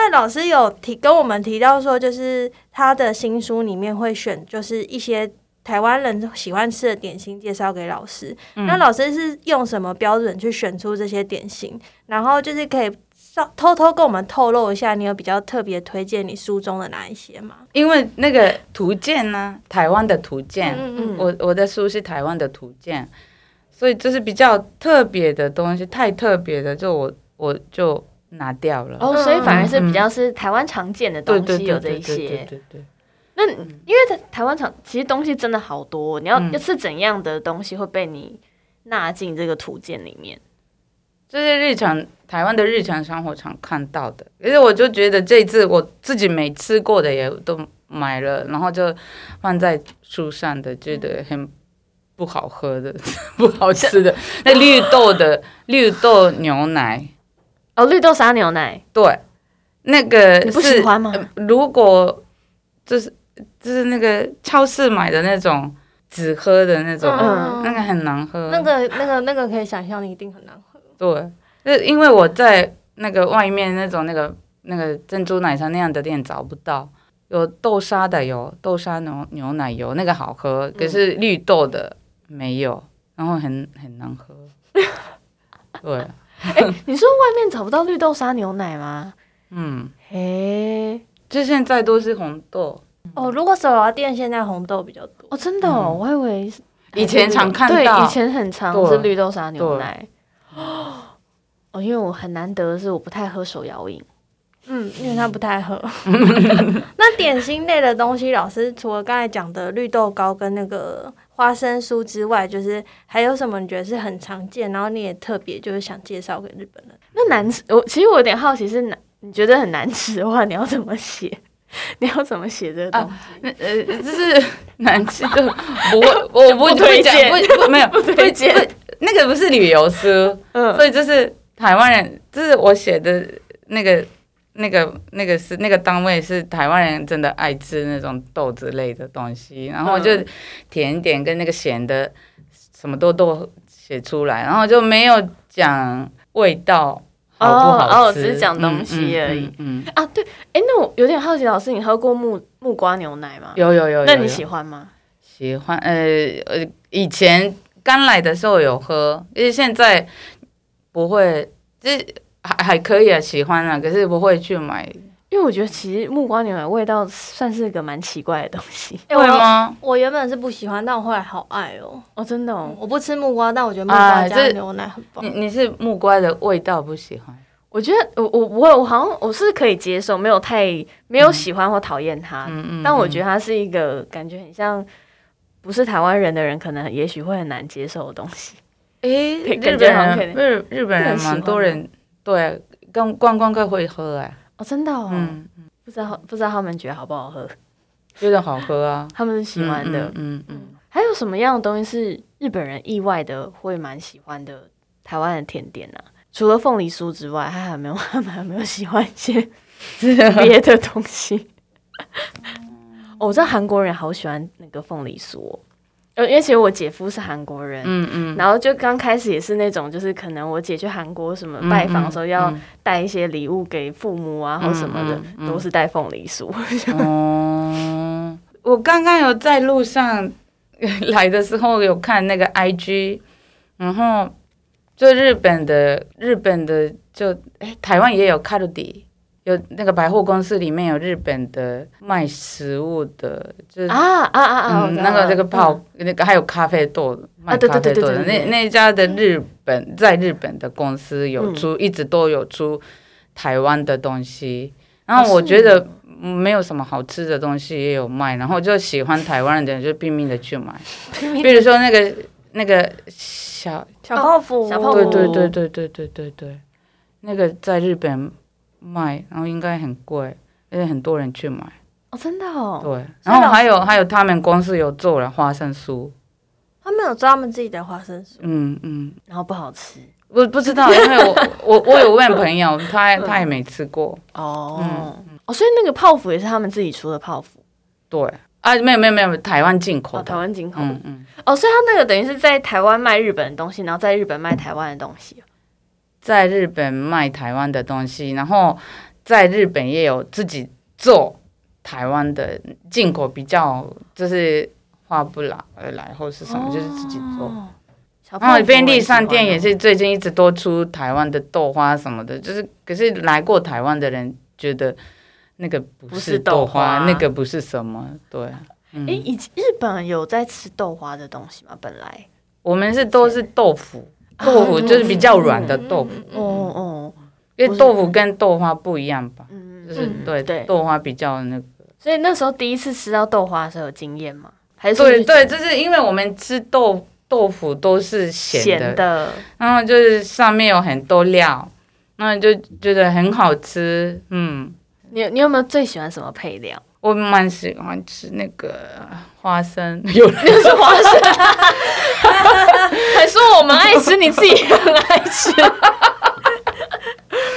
Speaker 1: 因为老师有提跟我们提到说，就是他的新书里面会选就是一些台湾人喜欢吃的点心介绍给老师。那老师是用什么标准去选出这些点心？然后就是可以稍偷偷跟我们透露一下，你有比较特别推荐你书中的哪一些吗？
Speaker 4: 因为那个图鉴呢、台湾的图鉴，
Speaker 1: 嗯嗯
Speaker 4: 我我的书是台湾的图鉴，所以就是比较特别的东西，太特别的就我我就拿掉了。
Speaker 2: 哦嗯哦，所以反而是比较是台湾常见的东西，有这一
Speaker 4: 嗯对对对
Speaker 2: 些。
Speaker 4: 对对对
Speaker 2: 那因为台台湾厂其实东西真的好多，你要、
Speaker 4: 嗯
Speaker 2: 要是怎样的东西会被你纳进这个图鉴里面？
Speaker 4: 这是日常台湾的日常生活常看到的。可是我就觉得这一次我自己没吃过的也都买了，然后就放在书上的，觉得很不好喝的、 不好 吃的。那绿豆的绿豆牛奶，
Speaker 2: 哦，绿豆沙牛奶，
Speaker 4: 对，那个
Speaker 2: 你
Speaker 4: 是
Speaker 2: 不喜欢吗？
Speaker 4: 呃如果就是就是那个超市买的那种只喝的那种，
Speaker 1: 嗯
Speaker 4: 那个很难喝。
Speaker 1: 那个、那个、那个可以想象，你一定很难喝。
Speaker 4: 对，那因为我在那个外面那种那个那个珍珠奶茶那样的店找不到，有豆沙的有豆沙牛牛奶油那个好喝，可是绿豆的没有，然后很很难喝。对，
Speaker 2: 你说外面找不到绿豆沙牛奶吗？
Speaker 4: 嗯，
Speaker 2: 诶，
Speaker 4: 就现在都是红豆，
Speaker 1: 哦，如果手摇店现在红豆比较多，
Speaker 2: 哦，真的哦，我还以为是
Speaker 4: 嗯以前常看到
Speaker 2: 对，以前很常
Speaker 4: 对
Speaker 2: 是绿豆沙牛奶。哦，因为我很难得的是我不太喝手摇饮，
Speaker 1: 嗯，因为他不太 喝。那点心类的东西，老师除了刚才讲的绿豆糕跟那个花生酥之外，就是还有什么你觉得是很常见，然后你也特别就是想介绍给日本人？
Speaker 2: 那难吃，我其实我有点好奇是难，你觉得很难吃的话，你要怎么写？ 你要怎么写这个东西？
Speaker 4: 那呃，就是 难吃 就不会，我不
Speaker 2: 不推
Speaker 4: 讲
Speaker 2: 荐
Speaker 4: 不不没有 不
Speaker 2: 推荐
Speaker 4: 不那个不是旅游书。
Speaker 2: 嗯，
Speaker 4: 所以就是台湾人，就是我写的那个、那个、那个是那个单位是台湾人真的爱吃那种豆子类的东西，然后
Speaker 2: 嗯
Speaker 4: 就甜点跟那个咸的什么都都写出来，然后就没有讲味道好不好吃，
Speaker 2: 哦哦只是讲东西而已
Speaker 4: 嗯。嗯嗯嗯
Speaker 2: 啊，对，哎，那我有点好奇，老师，你喝过木木瓜牛奶吗？
Speaker 4: 有有有有
Speaker 2: 那你
Speaker 4: 有
Speaker 2: 喜欢吗？
Speaker 4: 喜欢，呃呃，以前刚来的时候有喝，因为现在不会，就是还还可以啊，喜欢啊，可是不会去买，
Speaker 2: 因为我觉得其实木瓜牛奶味道算是个蛮奇怪的东西。
Speaker 1: 哎
Speaker 4: 会
Speaker 1: 我
Speaker 4: 吗？
Speaker 1: 我原本是不喜欢，但我后来好爱哦。
Speaker 2: 哦，真的哦
Speaker 1: 嗯，我不吃木瓜，但我觉得木瓜
Speaker 4: 啊
Speaker 1: 加
Speaker 4: 这
Speaker 1: 牛奶很棒
Speaker 4: 你。你是木瓜的味道不喜欢，
Speaker 2: 我觉得我我不会，我好像我是可以接受，没有太没有喜欢或讨厌它，
Speaker 4: 嗯嗯，
Speaker 2: 啊但我觉
Speaker 4: 得
Speaker 2: 得它是一个感觉很像不是台湾人的人可能也许会很难接受的东西。
Speaker 4: 诶，
Speaker 2: 可以
Speaker 4: 日
Speaker 2: 感觉
Speaker 4: 本
Speaker 2: 好像
Speaker 4: 人日日本
Speaker 2: 很
Speaker 4: 人
Speaker 2: 喜欢
Speaker 4: 蛮多人对，跟观光客会喝哎、
Speaker 2: 哦，真的哦，
Speaker 4: 嗯，
Speaker 2: 不知道不知道他们觉得好不好喝，
Speaker 4: 觉得好喝啊，
Speaker 2: 他们是喜欢的。
Speaker 4: 嗯，嗯嗯
Speaker 2: 还有什么样的东西是日本人意外的会蛮喜欢的台湾的甜点呢、除了凤梨酥之外，他还有没有他们还有没有喜欢一些 别的东西？哦，我知道韩国人好喜欢那个凤梨酥、哦，呃因为其实我姐夫是韩国人，
Speaker 4: 嗯嗯嗯，
Speaker 2: 然后就刚开始也是那种，就是可能我姐去韩国什么拜访的时候，要
Speaker 4: 嗯
Speaker 2: 带一些礼物给父母啊，或什么的，
Speaker 4: 嗯嗯嗯
Speaker 2: 都是带凤梨酥。
Speaker 4: 哦，我刚刚有在路上 来的时候有看那个 IG，然后就日本的日本的就哎，台湾也有卡路迪，有那个百货公司里面有日本的卖食物的，就是。
Speaker 2: 啊啊啊啊！我知
Speaker 4: 嗯，
Speaker 2: 道
Speaker 4: 那个
Speaker 2: 了
Speaker 4: 那个泡
Speaker 2: 嗯，啊
Speaker 4: 那个还有咖啡豆，卖
Speaker 2: 对对
Speaker 4: 咖啡
Speaker 2: 对
Speaker 4: 豆的
Speaker 2: 对对
Speaker 4: 那那一家的日本在日本的公司有
Speaker 2: 嗯
Speaker 4: 出，一直都有出台湾的东西。然后
Speaker 2: 哦
Speaker 4: 我
Speaker 2: 是
Speaker 4: 觉得没有什么好吃的东西也有卖，然后就喜欢台湾的人就拼命的去 买， 比如说那个那个小，
Speaker 1: 小泡芙，
Speaker 2: 小泡芙
Speaker 4: 对对对对对对对对，那个在日本卖，然后应该很贵，因为很多人去买。
Speaker 2: 哦，真的哦，
Speaker 4: 对，
Speaker 1: 所以
Speaker 4: 然后
Speaker 1: 老
Speaker 4: 还
Speaker 1: 师
Speaker 4: 有还有他们公司有做了花生酥，
Speaker 1: 他们有做他们自己的花生酥，
Speaker 4: 嗯嗯。
Speaker 2: 然后不好吃
Speaker 4: 我不知道，因为我 我我有问朋友，他他也没吃过。
Speaker 2: 哦、
Speaker 4: 嗯
Speaker 2: 哦，所以那个泡芙也是他们自己出的泡芙，
Speaker 4: 对啊，没有没有没有，台湾进口
Speaker 2: 哦，台
Speaker 4: 的。
Speaker 2: 湾进口的、
Speaker 4: 嗯嗯，
Speaker 2: 哦，所以他那个等于是在台湾卖日本的东西，然后在日本卖台湾的东西。啊
Speaker 4: 在日本卖台湾的东西，然后在日本也有自己做台湾的进口，比较就是花不来来或是什么，就是自己做。
Speaker 2: 哦小
Speaker 4: 然
Speaker 2: 泡
Speaker 4: 后
Speaker 2: 芙
Speaker 4: 便利
Speaker 2: 我喜
Speaker 4: 商
Speaker 2: 欢
Speaker 4: 啊店也
Speaker 2: 哦
Speaker 4: 是最近一直多出台湾的豆花什么的，就是可是来过台湾的人觉得那个不
Speaker 2: 不
Speaker 4: 是
Speaker 2: 是
Speaker 4: 豆
Speaker 2: 豆
Speaker 4: 花，
Speaker 2: 花
Speaker 4: 那个不是什么，对。嗯
Speaker 2: 诶，以前日本有在吃豆花的东西吗？本来，
Speaker 4: 我们是都是豆腐， 豆腐
Speaker 2: 嗯
Speaker 4: 就是比较软的豆腐，
Speaker 1: 嗯
Speaker 2: 哦哦，
Speaker 4: 因为豆腐跟豆花不一样吧，
Speaker 2: 嗯
Speaker 4: 就是
Speaker 1: 嗯
Speaker 4: 对
Speaker 2: 对
Speaker 4: 豆花比较那个
Speaker 2: 所以那时候第一次吃到豆花的时候有经验吗？还是说
Speaker 4: 对
Speaker 2: 就
Speaker 4: 对，就是因为我们吃豆豆腐都是咸的，
Speaker 2: 咸的，
Speaker 4: 然后就是上面有很多料，那就觉得很好吃。嗯，
Speaker 2: 你你有没有最喜欢什么配料？
Speaker 4: 我蛮喜欢吃那个花生， 有人
Speaker 2: 就是花生，还说我们爱吃，你自己也很爱吃。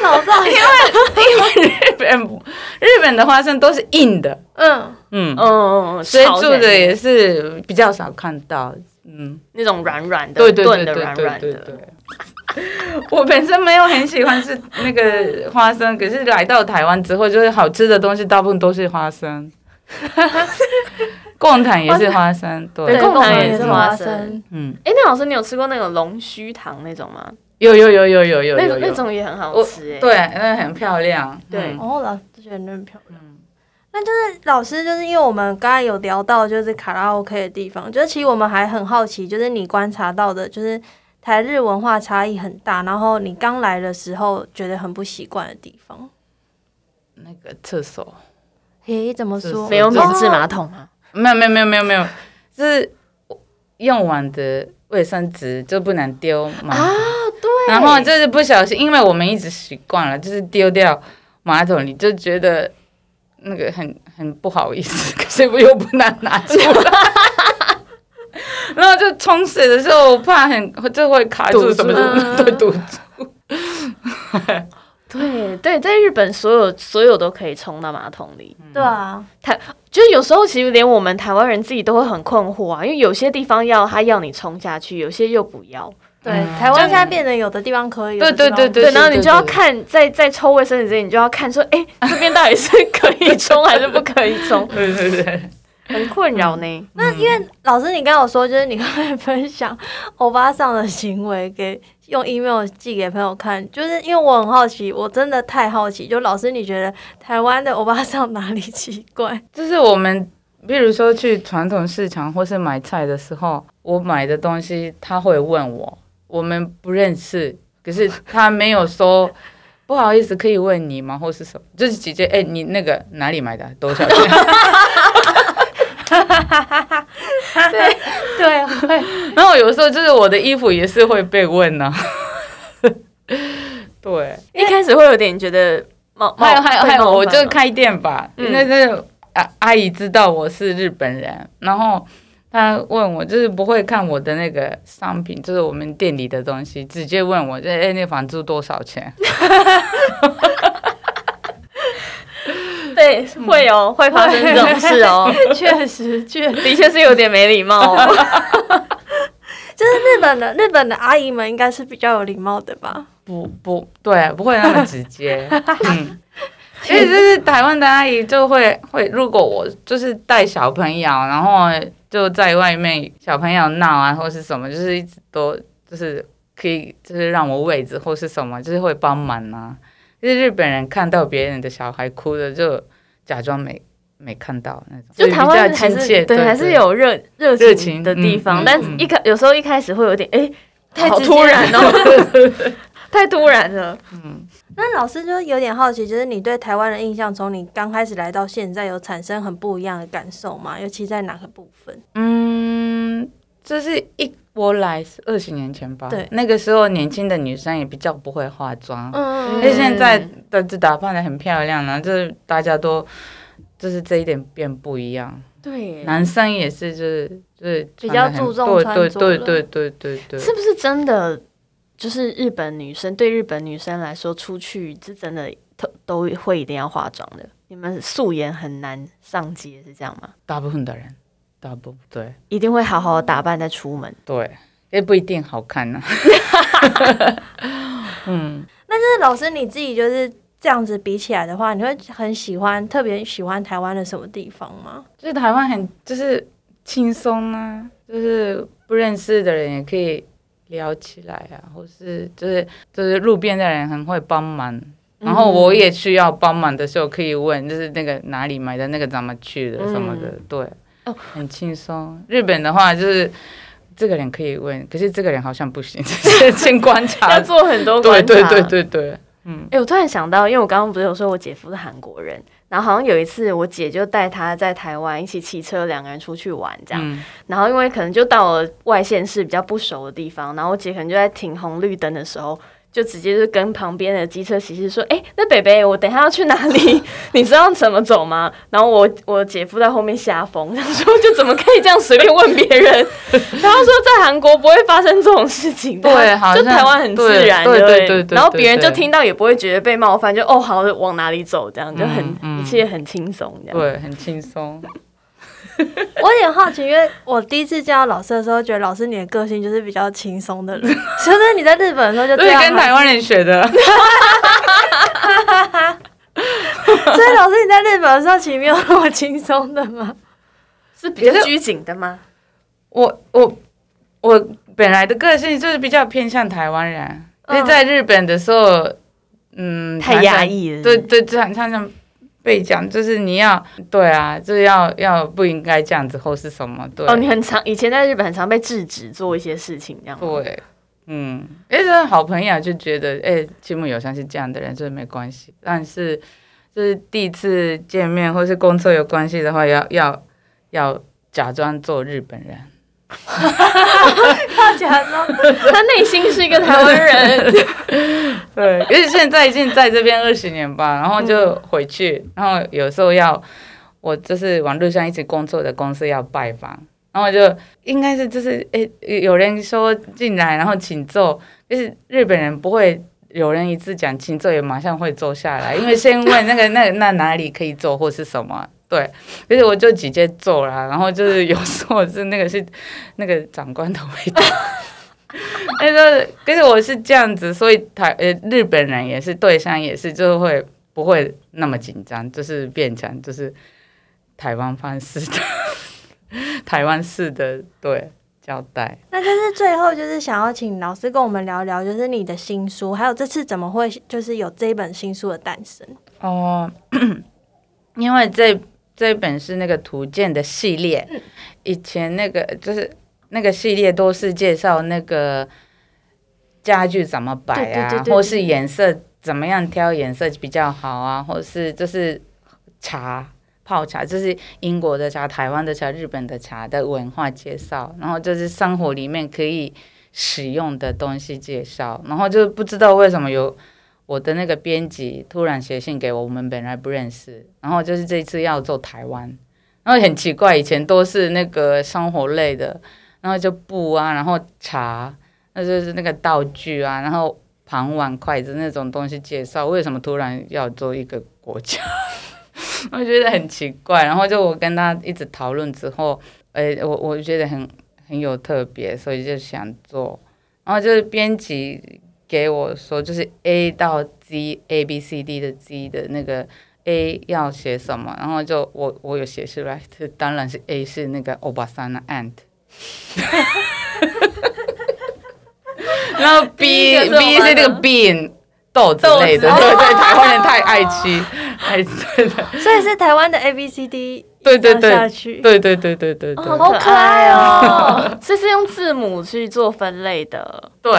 Speaker 1: 老少咸
Speaker 4: 日本日本的花生都是硬的，
Speaker 1: 嗯，
Speaker 4: 嗯，
Speaker 2: 嗯嗯，
Speaker 4: 所以
Speaker 2: 炒起
Speaker 4: 煮
Speaker 2: 来
Speaker 4: 的也是比较少看到。嗯，
Speaker 2: 那种软软的，
Speaker 4: 对对
Speaker 2: 炖
Speaker 4: 对
Speaker 2: 的
Speaker 4: 对
Speaker 2: 软
Speaker 4: 对
Speaker 2: 软
Speaker 4: 对
Speaker 2: 的
Speaker 4: 对。。我本身没有很喜欢吃那个花生，可是来到台湾之后，就是好吃的东西大部分都是花生， 贡糖也是花生，对，
Speaker 2: 对贡糖
Speaker 1: 糖
Speaker 2: 也哦是花生，
Speaker 4: 嗯，
Speaker 2: 哎，那老师，你有吃过那种龙须糖那种吗？
Speaker 4: 有有有有有有
Speaker 2: 那
Speaker 4: 有
Speaker 2: 那
Speaker 4: 有，
Speaker 2: 种也很好
Speaker 4: 我
Speaker 2: 吃，哎，
Speaker 4: 对，那很漂亮，
Speaker 2: 对
Speaker 4: 嗯
Speaker 1: 哦，老师觉得那很漂亮。
Speaker 4: 嗯
Speaker 1: 那就是老师，就是因为我们刚才有聊到就是卡拉 OK 的地方，就是其实我们还很好奇，就是你观察到的，就是台日文化差异很大，然后你刚来的时候觉得很不习惯的地方。
Speaker 4: 那个厕所
Speaker 1: 嘿，怎么说？
Speaker 2: 没有
Speaker 4: 这
Speaker 2: 免治
Speaker 1: 哦
Speaker 2: 马桶吗？
Speaker 4: 没有没有没有没有没有，是用完的卫生纸就不能丢嘛。
Speaker 2: 对
Speaker 4: 然后就是不小心，因为我们一直习惯了，就是丢掉马桶里，就觉得那个很很不好意思，可是我又不能拿出来。然后就冲水的时候，我怕很就会卡住什么
Speaker 1: 堵
Speaker 4: 的，
Speaker 1: 住
Speaker 4: 对，堵住。
Speaker 2: 对对，在日本所有所有都可以冲到马桶里，
Speaker 1: 对啊，
Speaker 2: 就是有时候其实连我们台湾人自己都会很困惑啊，因为有些地方要他要你冲下去，有些又不要，
Speaker 1: 对，
Speaker 4: 嗯
Speaker 1: 台湾现在变得有的地方可以，
Speaker 4: 对
Speaker 1: 有的地方
Speaker 4: 对对
Speaker 2: 对，然后你
Speaker 4: 对
Speaker 2: 就要
Speaker 4: 对
Speaker 2: 看在在抽卫生纸之前，你就要看说， 哎，这边到底是可以冲还是不可以冲，
Speaker 4: 对对对，
Speaker 2: 很困扰呢。
Speaker 4: 嗯
Speaker 1: 那因为老师，你刚刚有说，就是你会分享欧巴桑的行为给用 email 寄给朋友看，就是因为我很好奇，我真的太好奇，就老师你觉得台湾的欧巴桑哪里奇怪？
Speaker 4: 就是我们比如说去传统市场或是买菜的时候，我买的东西他会问我，我们不认识，可是他没有说 不好意思，可以问你吗，或是什么，就是直接哎、你那个哪里买的，多少钱？
Speaker 1: 对，
Speaker 4: 啊
Speaker 1: 会
Speaker 4: 然后有时候就是我的衣服也是会被问呢、 对，
Speaker 2: 一开始会有点觉得冒冒，
Speaker 4: 还有还有
Speaker 2: 会
Speaker 4: 还有，
Speaker 2: 冒
Speaker 4: 我
Speaker 2: 犯
Speaker 4: 就
Speaker 2: 吗
Speaker 4: 开店吧，
Speaker 2: 嗯
Speaker 4: 那是啊阿姨知道我是日本人，然后她问我就是不会看我的那个商品，就是我们店里的东西，直接问我这哎那房租多少钱？
Speaker 2: 对会哦，会发生这种事 哦，
Speaker 1: 确实确实，
Speaker 2: 的确是有点没礼貌哦。
Speaker 1: 就是日本的日本的阿姨们应该是比较有礼貌的吧？
Speaker 4: 不不对，不会那么直接， 嗯。所以就是台湾的阿姨啊就会会，如果我就是带小朋友，啊然后就在外面小朋友闹啊或是什么，就是一直都就是可以就是让我位置或是什么，就是会帮忙啊。就是日本人看到别人的小孩哭了，就假装没没看到那种，
Speaker 2: 就
Speaker 4: 比较
Speaker 2: 台湾人还
Speaker 4: 亲切
Speaker 2: 是对，还是有热热
Speaker 4: 热
Speaker 2: 情
Speaker 4: 情
Speaker 2: 的地方，
Speaker 4: 嗯嗯
Speaker 2: 但是
Speaker 4: 嗯
Speaker 2: 一开有时候一开始会有点哎，
Speaker 1: 太
Speaker 2: 好
Speaker 1: 直
Speaker 2: 突
Speaker 1: 接
Speaker 2: 然 哦，太突然了。
Speaker 4: 嗯
Speaker 1: 那老师就是有点好奇，就是你对台湾的印象，从你刚开始来到现在，有产生很不一样的感受吗？尤其在哪个部分？
Speaker 4: 嗯，就是一我来是二十年前吧，
Speaker 1: 对
Speaker 4: 那个时候年轻的女生也比较不会化妆，
Speaker 1: 嗯
Speaker 4: 因为
Speaker 2: 嗯
Speaker 4: 现在的就打扮的很漂亮然后就是大家都就是这一点变不一样，
Speaker 2: 对，
Speaker 4: 男生也是就是就是
Speaker 1: 嗯比
Speaker 4: 穿
Speaker 1: 较
Speaker 4: 得很
Speaker 1: 注重
Speaker 4: 对
Speaker 1: 穿
Speaker 4: 对
Speaker 1: 着
Speaker 4: 对
Speaker 1: 了
Speaker 4: 对对对对，
Speaker 2: 是不是真的？就是日本女生对日本女生来说，出去是真的都都会一定要化妆的。你们素颜很难上街，是这样吗？
Speaker 4: 大部分的人，大部分对
Speaker 2: 一定会好好地打扮再出门。
Speaker 4: 对，也不一定好看啊呢、嗯，
Speaker 1: 那老师你自己就是这样子比起来的话，你会很喜欢，特别喜欢台湾的什么地方吗？
Speaker 4: 就是台湾很就是轻松啊，就是不认识的人也可以聊起来啊，或是就是就是路边的人很会帮忙，然后我也需要帮忙的时候可以问，就是那个哪里买的那个怎么去的什么的，对
Speaker 2: 哦，
Speaker 4: 很轻松。日本的话就是这个人 可以问，可是这个人好像不行，就是先观察
Speaker 2: 要。做很多
Speaker 4: 对
Speaker 2: 观察
Speaker 4: 对对对对，
Speaker 2: 嗯，哎、我突然想到，因为我刚刚不是有说我姐夫是韩国人，然后好像有一次我姐就带他在台湾一起骑车，两个人出去玩这样，
Speaker 4: 嗯
Speaker 2: 然后因为可能就到了外县市比较不熟的地方，然后我姐可能就在停红绿灯的时候，就直接就跟旁边的机车骑士说：“哎、那北北，我等一下要去哪 里？你知道怎么走吗？”然后我我姐夫在后面吓疯，他说：“就怎么可以这样随便问别人？” 然后说在韩国不会发生这种事情的，
Speaker 4: 对好
Speaker 2: 就
Speaker 4: 像
Speaker 2: 台湾很自
Speaker 4: 对
Speaker 2: 然，
Speaker 4: 对
Speaker 2: 不
Speaker 4: 对对对
Speaker 2: 然后别人
Speaker 4: 对
Speaker 2: 就听到也不会觉得被冒犯，就哦好往哪里走，这样就很、
Speaker 4: 嗯嗯
Speaker 2: 一切很轻松这样。
Speaker 4: 对，很轻松。
Speaker 1: 我有点好奇，因为我第一次见到老师的时候，觉得老师你的个性就是比较轻松 的人，所以你在日本的时候就
Speaker 4: 所
Speaker 1: 这
Speaker 4: 以
Speaker 1: 样
Speaker 4: 跟
Speaker 1: 吗，
Speaker 4: 台湾人学的，
Speaker 1: 所以老师你在日本的时候其实没有那么轻松的 吗？
Speaker 2: 是比较拘谨的吗？
Speaker 4: 我我我本来的个性就是比较偏向台湾人，因为在日本的时候，嗯，
Speaker 2: 嗯太
Speaker 4: 常常
Speaker 2: 压抑了。
Speaker 4: 对对，这样常常被讲，就是你要对啊，就是要要不应该这样子或是什么，对，
Speaker 2: 哦，你很常以前在日本很常被制止做一些事情，这样吗。
Speaker 4: 对，嗯，因为这好朋友就觉得，哎、吉姆友像是这样的人，就是没关系。但是就是第一次见面或是工作有关系的话，要要要假装做日本人。
Speaker 1: 他假装
Speaker 2: 他内心是一个台湾 人，
Speaker 4: 对，因为现在已经在这边二十年吧，然后就回去，然后有时候要我就是网络上一直工作的公司要拜访，然后我就应该是就是诶、有人说进来，然后请坐，就是日本人不会。有人一次讲请坐，也马上会坐下来，因为先问那个那那哪里可以坐或是什么，对，可是我就直接坐啦，然后就是有时候是那个是那个长官的味道。哎那个，可是我是这样子，所以台呃日本人也是对象也是，就会不会那么紧张，就是变成就是台湾方式的 台湾式的对交代。
Speaker 1: 那就是最后就是想要请老师跟我们聊聊，就是你的新书，还有这次怎么会就是有这一本新书的诞生？
Speaker 4: 哦， 因为这这本是那个图鉴的系列，
Speaker 2: 嗯
Speaker 4: 以前那个就是那个系列都是介绍那个家具怎么摆啊，
Speaker 2: 对对对对
Speaker 4: 或是颜色怎么样挑颜色比较好啊，或是就是茶泡茶，就是英国的茶、台湾的茶、日本的茶的文化介绍，然后就是生活里面可以使用的东西介绍，然后就不知道为什么有。我的那个编辑突然写信给我，我们本来不认识，然后就是这次要做台湾，然后很奇怪，以前都是那个生活类的，然后就布啊，然后茶，那就是那个道具啊，然后盘碗、筷子那种东西介绍，为什么突然要做一个国家？我觉得很奇怪，然后就我跟他一直讨论之后，呃，我我觉得很很有特别，所以就想做，然后就是编辑给我说，就是 A 到 Z A B C D 的 Z 的那个 A 要写什么，然后就我我有写出来， 这当然是 A 是那个欧巴桑的 ant，然后 B
Speaker 2: 第一个是
Speaker 4: B 是那个 bean 豆之类的，
Speaker 2: 豆子
Speaker 4: 对对，台湾人太爱 吃，爱吃的，
Speaker 1: 所以是台湾的 A B C D
Speaker 4: 对对对
Speaker 1: 下去，
Speaker 4: 对对对对对对
Speaker 2: 哦好可爱哦！这是用字母去做分类的，
Speaker 4: 对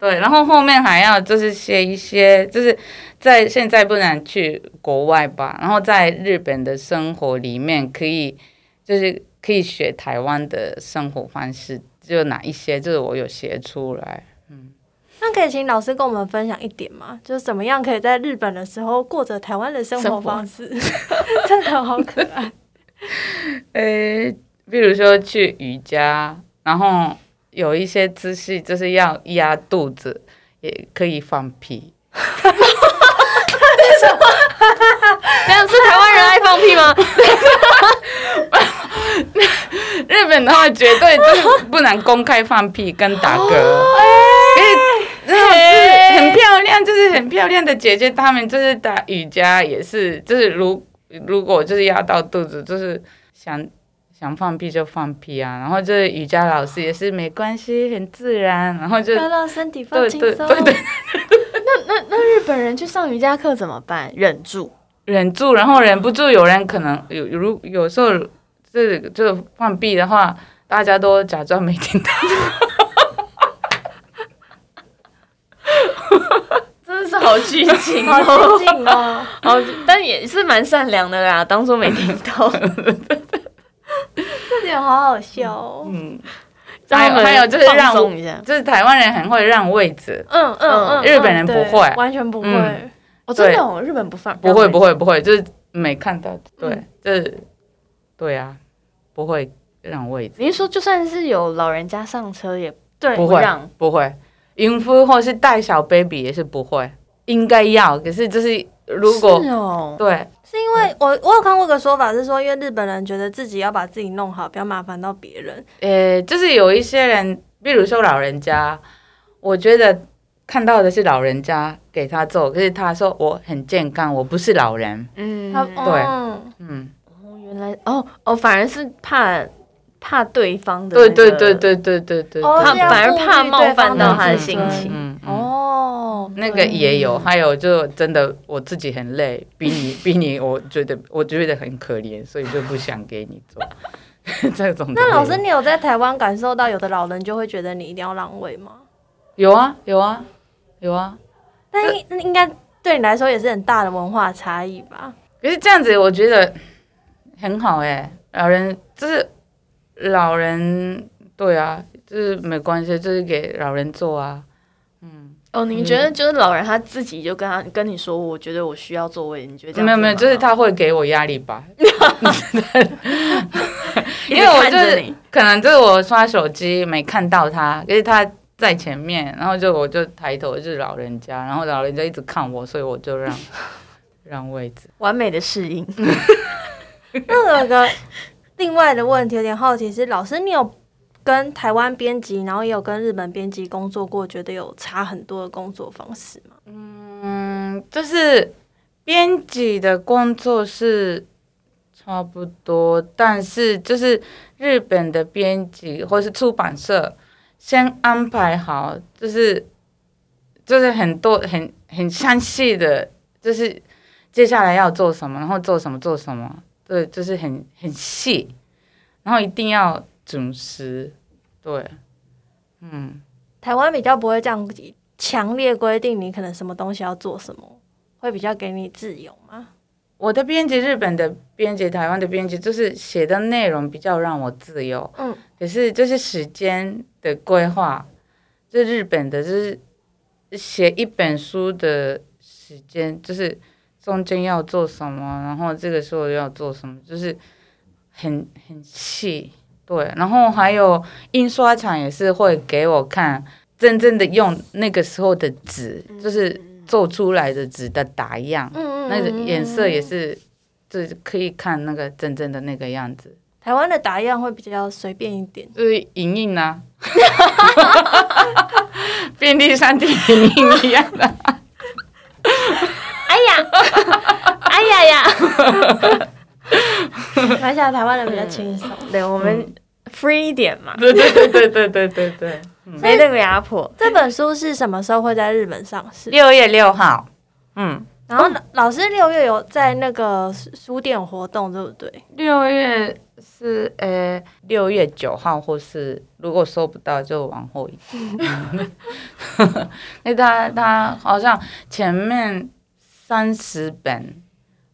Speaker 4: 对，然后后面还要就是写一些，就是在现在不能去国外吧，然后在日本的生活里面可以，就是可以学台湾的生活方式，就哪一些，就是我有写出来。
Speaker 1: 那可以请老师跟我们分享一点吗？就是怎么样可以在日本的时候过着台湾的生活方式？ 真的好可爱。
Speaker 4: 呃，比如说去瑜伽，然后有一些姿势就是要压肚子，也可以放屁。
Speaker 2: 这样是台湾人爱放屁吗？
Speaker 4: 日本的话，绝对就是不能公开放屁跟打嗝，
Speaker 1: 哦
Speaker 4: 因为然后就是很漂亮，就是很漂亮的姐姐，她们就是打瑜伽也是，就是如如果就是压到肚子，就是想想放屁就放屁啊，然后就是瑜伽老师也是没关系，很自然，然后就
Speaker 1: 要让身体放
Speaker 4: 对
Speaker 1: 轻
Speaker 4: 对
Speaker 1: 松。
Speaker 4: 对对
Speaker 2: 那那日本人去上瑜伽课怎么办？忍住，
Speaker 4: 忍住，然后忍不住，有人可能有如有时候这这放屁的话，大家都假装没听到。
Speaker 2: 真的是 好剧情
Speaker 1: 好
Speaker 2: 哦，
Speaker 1: 亲近哦。
Speaker 2: 好，但也是蛮善良的啦，当做没听 到。
Speaker 1: 这点好好笑哦。
Speaker 4: 嗯，
Speaker 2: 让
Speaker 4: 还
Speaker 2: 他们
Speaker 4: 有还有就是让
Speaker 2: 放松一下，
Speaker 4: 就是台湾人很会让位置，
Speaker 1: 嗯嗯嗯，
Speaker 4: 日本人
Speaker 1: 对
Speaker 4: 不会
Speaker 1: 完全不会
Speaker 4: 嗯。
Speaker 2: 哦，真的哦，日本不放，
Speaker 4: 不会不会不会，就是没看到，对
Speaker 1: 嗯，
Speaker 4: 就是对啊，不会让位置，
Speaker 2: 你是说就算是有老人家上车也
Speaker 1: 对，
Speaker 4: 不
Speaker 2: 不
Speaker 4: 会
Speaker 2: 让
Speaker 4: 不会，孕妇或是带小 baby 也是不会，应该要，可是就是如果
Speaker 2: 是哦，
Speaker 4: 对，
Speaker 1: 是因为我我有看过一个说法是说，因为日本人觉得自己要把自己弄好，不要麻烦到别人。
Speaker 4: 呃，就是有一些人，比如说老人家，我觉得看到的是老人家给他做，可是他说我很健康，我不是老人，
Speaker 2: 嗯，
Speaker 1: 他
Speaker 2: 哦，
Speaker 1: 嗯
Speaker 4: 嗯，
Speaker 2: 原来哦哦，反而是怕怕对方的那
Speaker 4: 对
Speaker 2: 个，
Speaker 4: 对对对对对对，
Speaker 1: 哦
Speaker 2: 怕
Speaker 1: 是要
Speaker 2: 反而怕
Speaker 1: 顾虑
Speaker 2: 冒
Speaker 1: 对
Speaker 2: 犯
Speaker 1: 方
Speaker 2: 到
Speaker 1: 的
Speaker 2: 他的
Speaker 1: 自
Speaker 2: 心
Speaker 1: 尊
Speaker 2: 情
Speaker 4: 嗯，哦，
Speaker 1: 哦，
Speaker 4: 那个
Speaker 1: 对
Speaker 4: 也有，还有就真的我自己很累，比你比你，我觉得我觉得很可怜，所以就不想给你做 这种的也有。
Speaker 1: 那老师，你有在台湾感受到有的老人就会觉得你一定要让位吗？
Speaker 4: 有啊有啊有啊，
Speaker 1: 但应那应该对你来说也是很大的文化差异吧？
Speaker 4: 可是这样子，我觉得很好哎、老人就是老人，对啊，就是没关系，就是给老人做啊。
Speaker 2: 哦，
Speaker 4: 嗯
Speaker 2: 你觉得就是老人他自己就跟他跟你说，我觉得我需要座位，你觉得这样
Speaker 4: 没有没有，
Speaker 2: 子吗
Speaker 4: 就是他会给我压力吧，
Speaker 2: 一
Speaker 4: 因
Speaker 2: 直
Speaker 4: 为我
Speaker 2: 看
Speaker 4: 就
Speaker 2: 着
Speaker 4: 是
Speaker 2: 你
Speaker 4: 可能就是我刷手机没看到他，可是他在前面，然后就我就抬头就是老人家，然后老人家一直看我，所以我就让 让位置。
Speaker 2: 完美的适 应，
Speaker 1: 那有个另外的问题，有点好奇是，老师你有跟台湾编辑，然后也有跟日本编辑工作过，觉得有差很多的工作方式吗？
Speaker 4: 嗯，就是编辑的工作是差不多，但是就是日本的编辑或是出版社先安排好，就是就是很多很很详细的，就是接下来要做什么，然后做什么做什么，对，就是很很细，然后一定要准时，对，嗯。
Speaker 1: 台湾比较不会这样强烈规定你可能什么东西要做什么，会比较给你自由吗？
Speaker 4: 我的编辑，日本的编辑，台湾的编辑，就是写的内容比较让我自由。
Speaker 1: 嗯，
Speaker 4: 可是就是时间的规划，就日本的，就是写一本书的时间，就是中间要做什么，然后这个时候要做什么，就是很很细。对，然后还有印刷厂也是会给我看真正的用那个时候的纸，就是做出来的纸的打样。
Speaker 1: 嗯
Speaker 4: 那个颜色也
Speaker 1: 是。
Speaker 4: 是，就是可以看那个真正的那个样子，
Speaker 1: 台湾的打样会比较随便一点，
Speaker 4: 就是影印啊， 便利商店影印一样的。
Speaker 2: 哎呀，哎呀呀，
Speaker 1: 马来西亚台湾人比较轻松。
Speaker 2: 对我们 free 一点嘛，
Speaker 4: 嗯对对对对对对对对。
Speaker 2: 没那个压迫，
Speaker 1: 这本书是什么时候会在日本上市？
Speaker 4: 六月六号，嗯，
Speaker 1: 然后
Speaker 2: 哦
Speaker 1: 老师六月有在那个书书店活动，对不对？
Speaker 4: 六月是呃六月九号，或是如果收不到就往后一点。 那他他好像前面三十本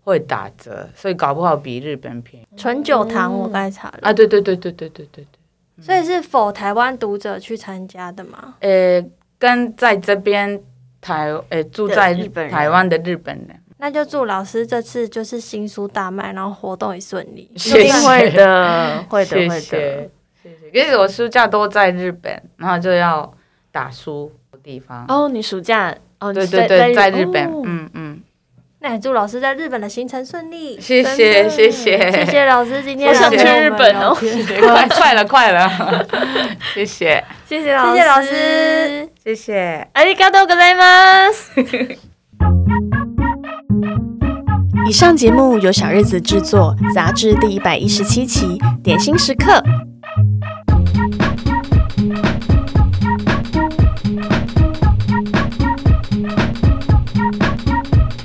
Speaker 4: 会打折，所以搞不好比日本便宜
Speaker 2: 嗯
Speaker 1: 纯酒堂我刚才查了，
Speaker 4: 啊！对对对对对对对对。
Speaker 2: 嗯
Speaker 1: 所以是否台湾读者去参加的嘛？
Speaker 4: 呃，跟在这边台呃住
Speaker 2: 的
Speaker 4: 在
Speaker 2: 日本人
Speaker 4: 台湾的日本人，
Speaker 1: 那就祝老师这次就是新书大卖，然后活动也顺利。
Speaker 2: 一定会 的，会的，会的
Speaker 4: 谢。谢。因为我暑假都在日本，然后就要打书的地方。
Speaker 2: 哦，你暑假哦，
Speaker 4: 对
Speaker 2: 你
Speaker 4: 对对，在日本，
Speaker 2: 哦
Speaker 4: 嗯嗯，
Speaker 1: 那也祝老师在日本的行程顺利。嗯
Speaker 4: 谢
Speaker 2: 真
Speaker 4: 谢
Speaker 2: 的
Speaker 4: 谢谢
Speaker 1: 谢谢老师今天
Speaker 2: 我
Speaker 1: 来
Speaker 2: 想
Speaker 1: 跟
Speaker 2: 去
Speaker 1: 我
Speaker 2: 日
Speaker 1: 们
Speaker 2: 本
Speaker 1: 聊
Speaker 2: 哦
Speaker 1: 天，
Speaker 4: 快 快了快了，谢谢
Speaker 2: 谢谢
Speaker 1: 谢谢老师，
Speaker 4: 谢谢。
Speaker 2: ありがとうございます。以上节目由小日子制作，杂志第一百一十七期《点心时刻》。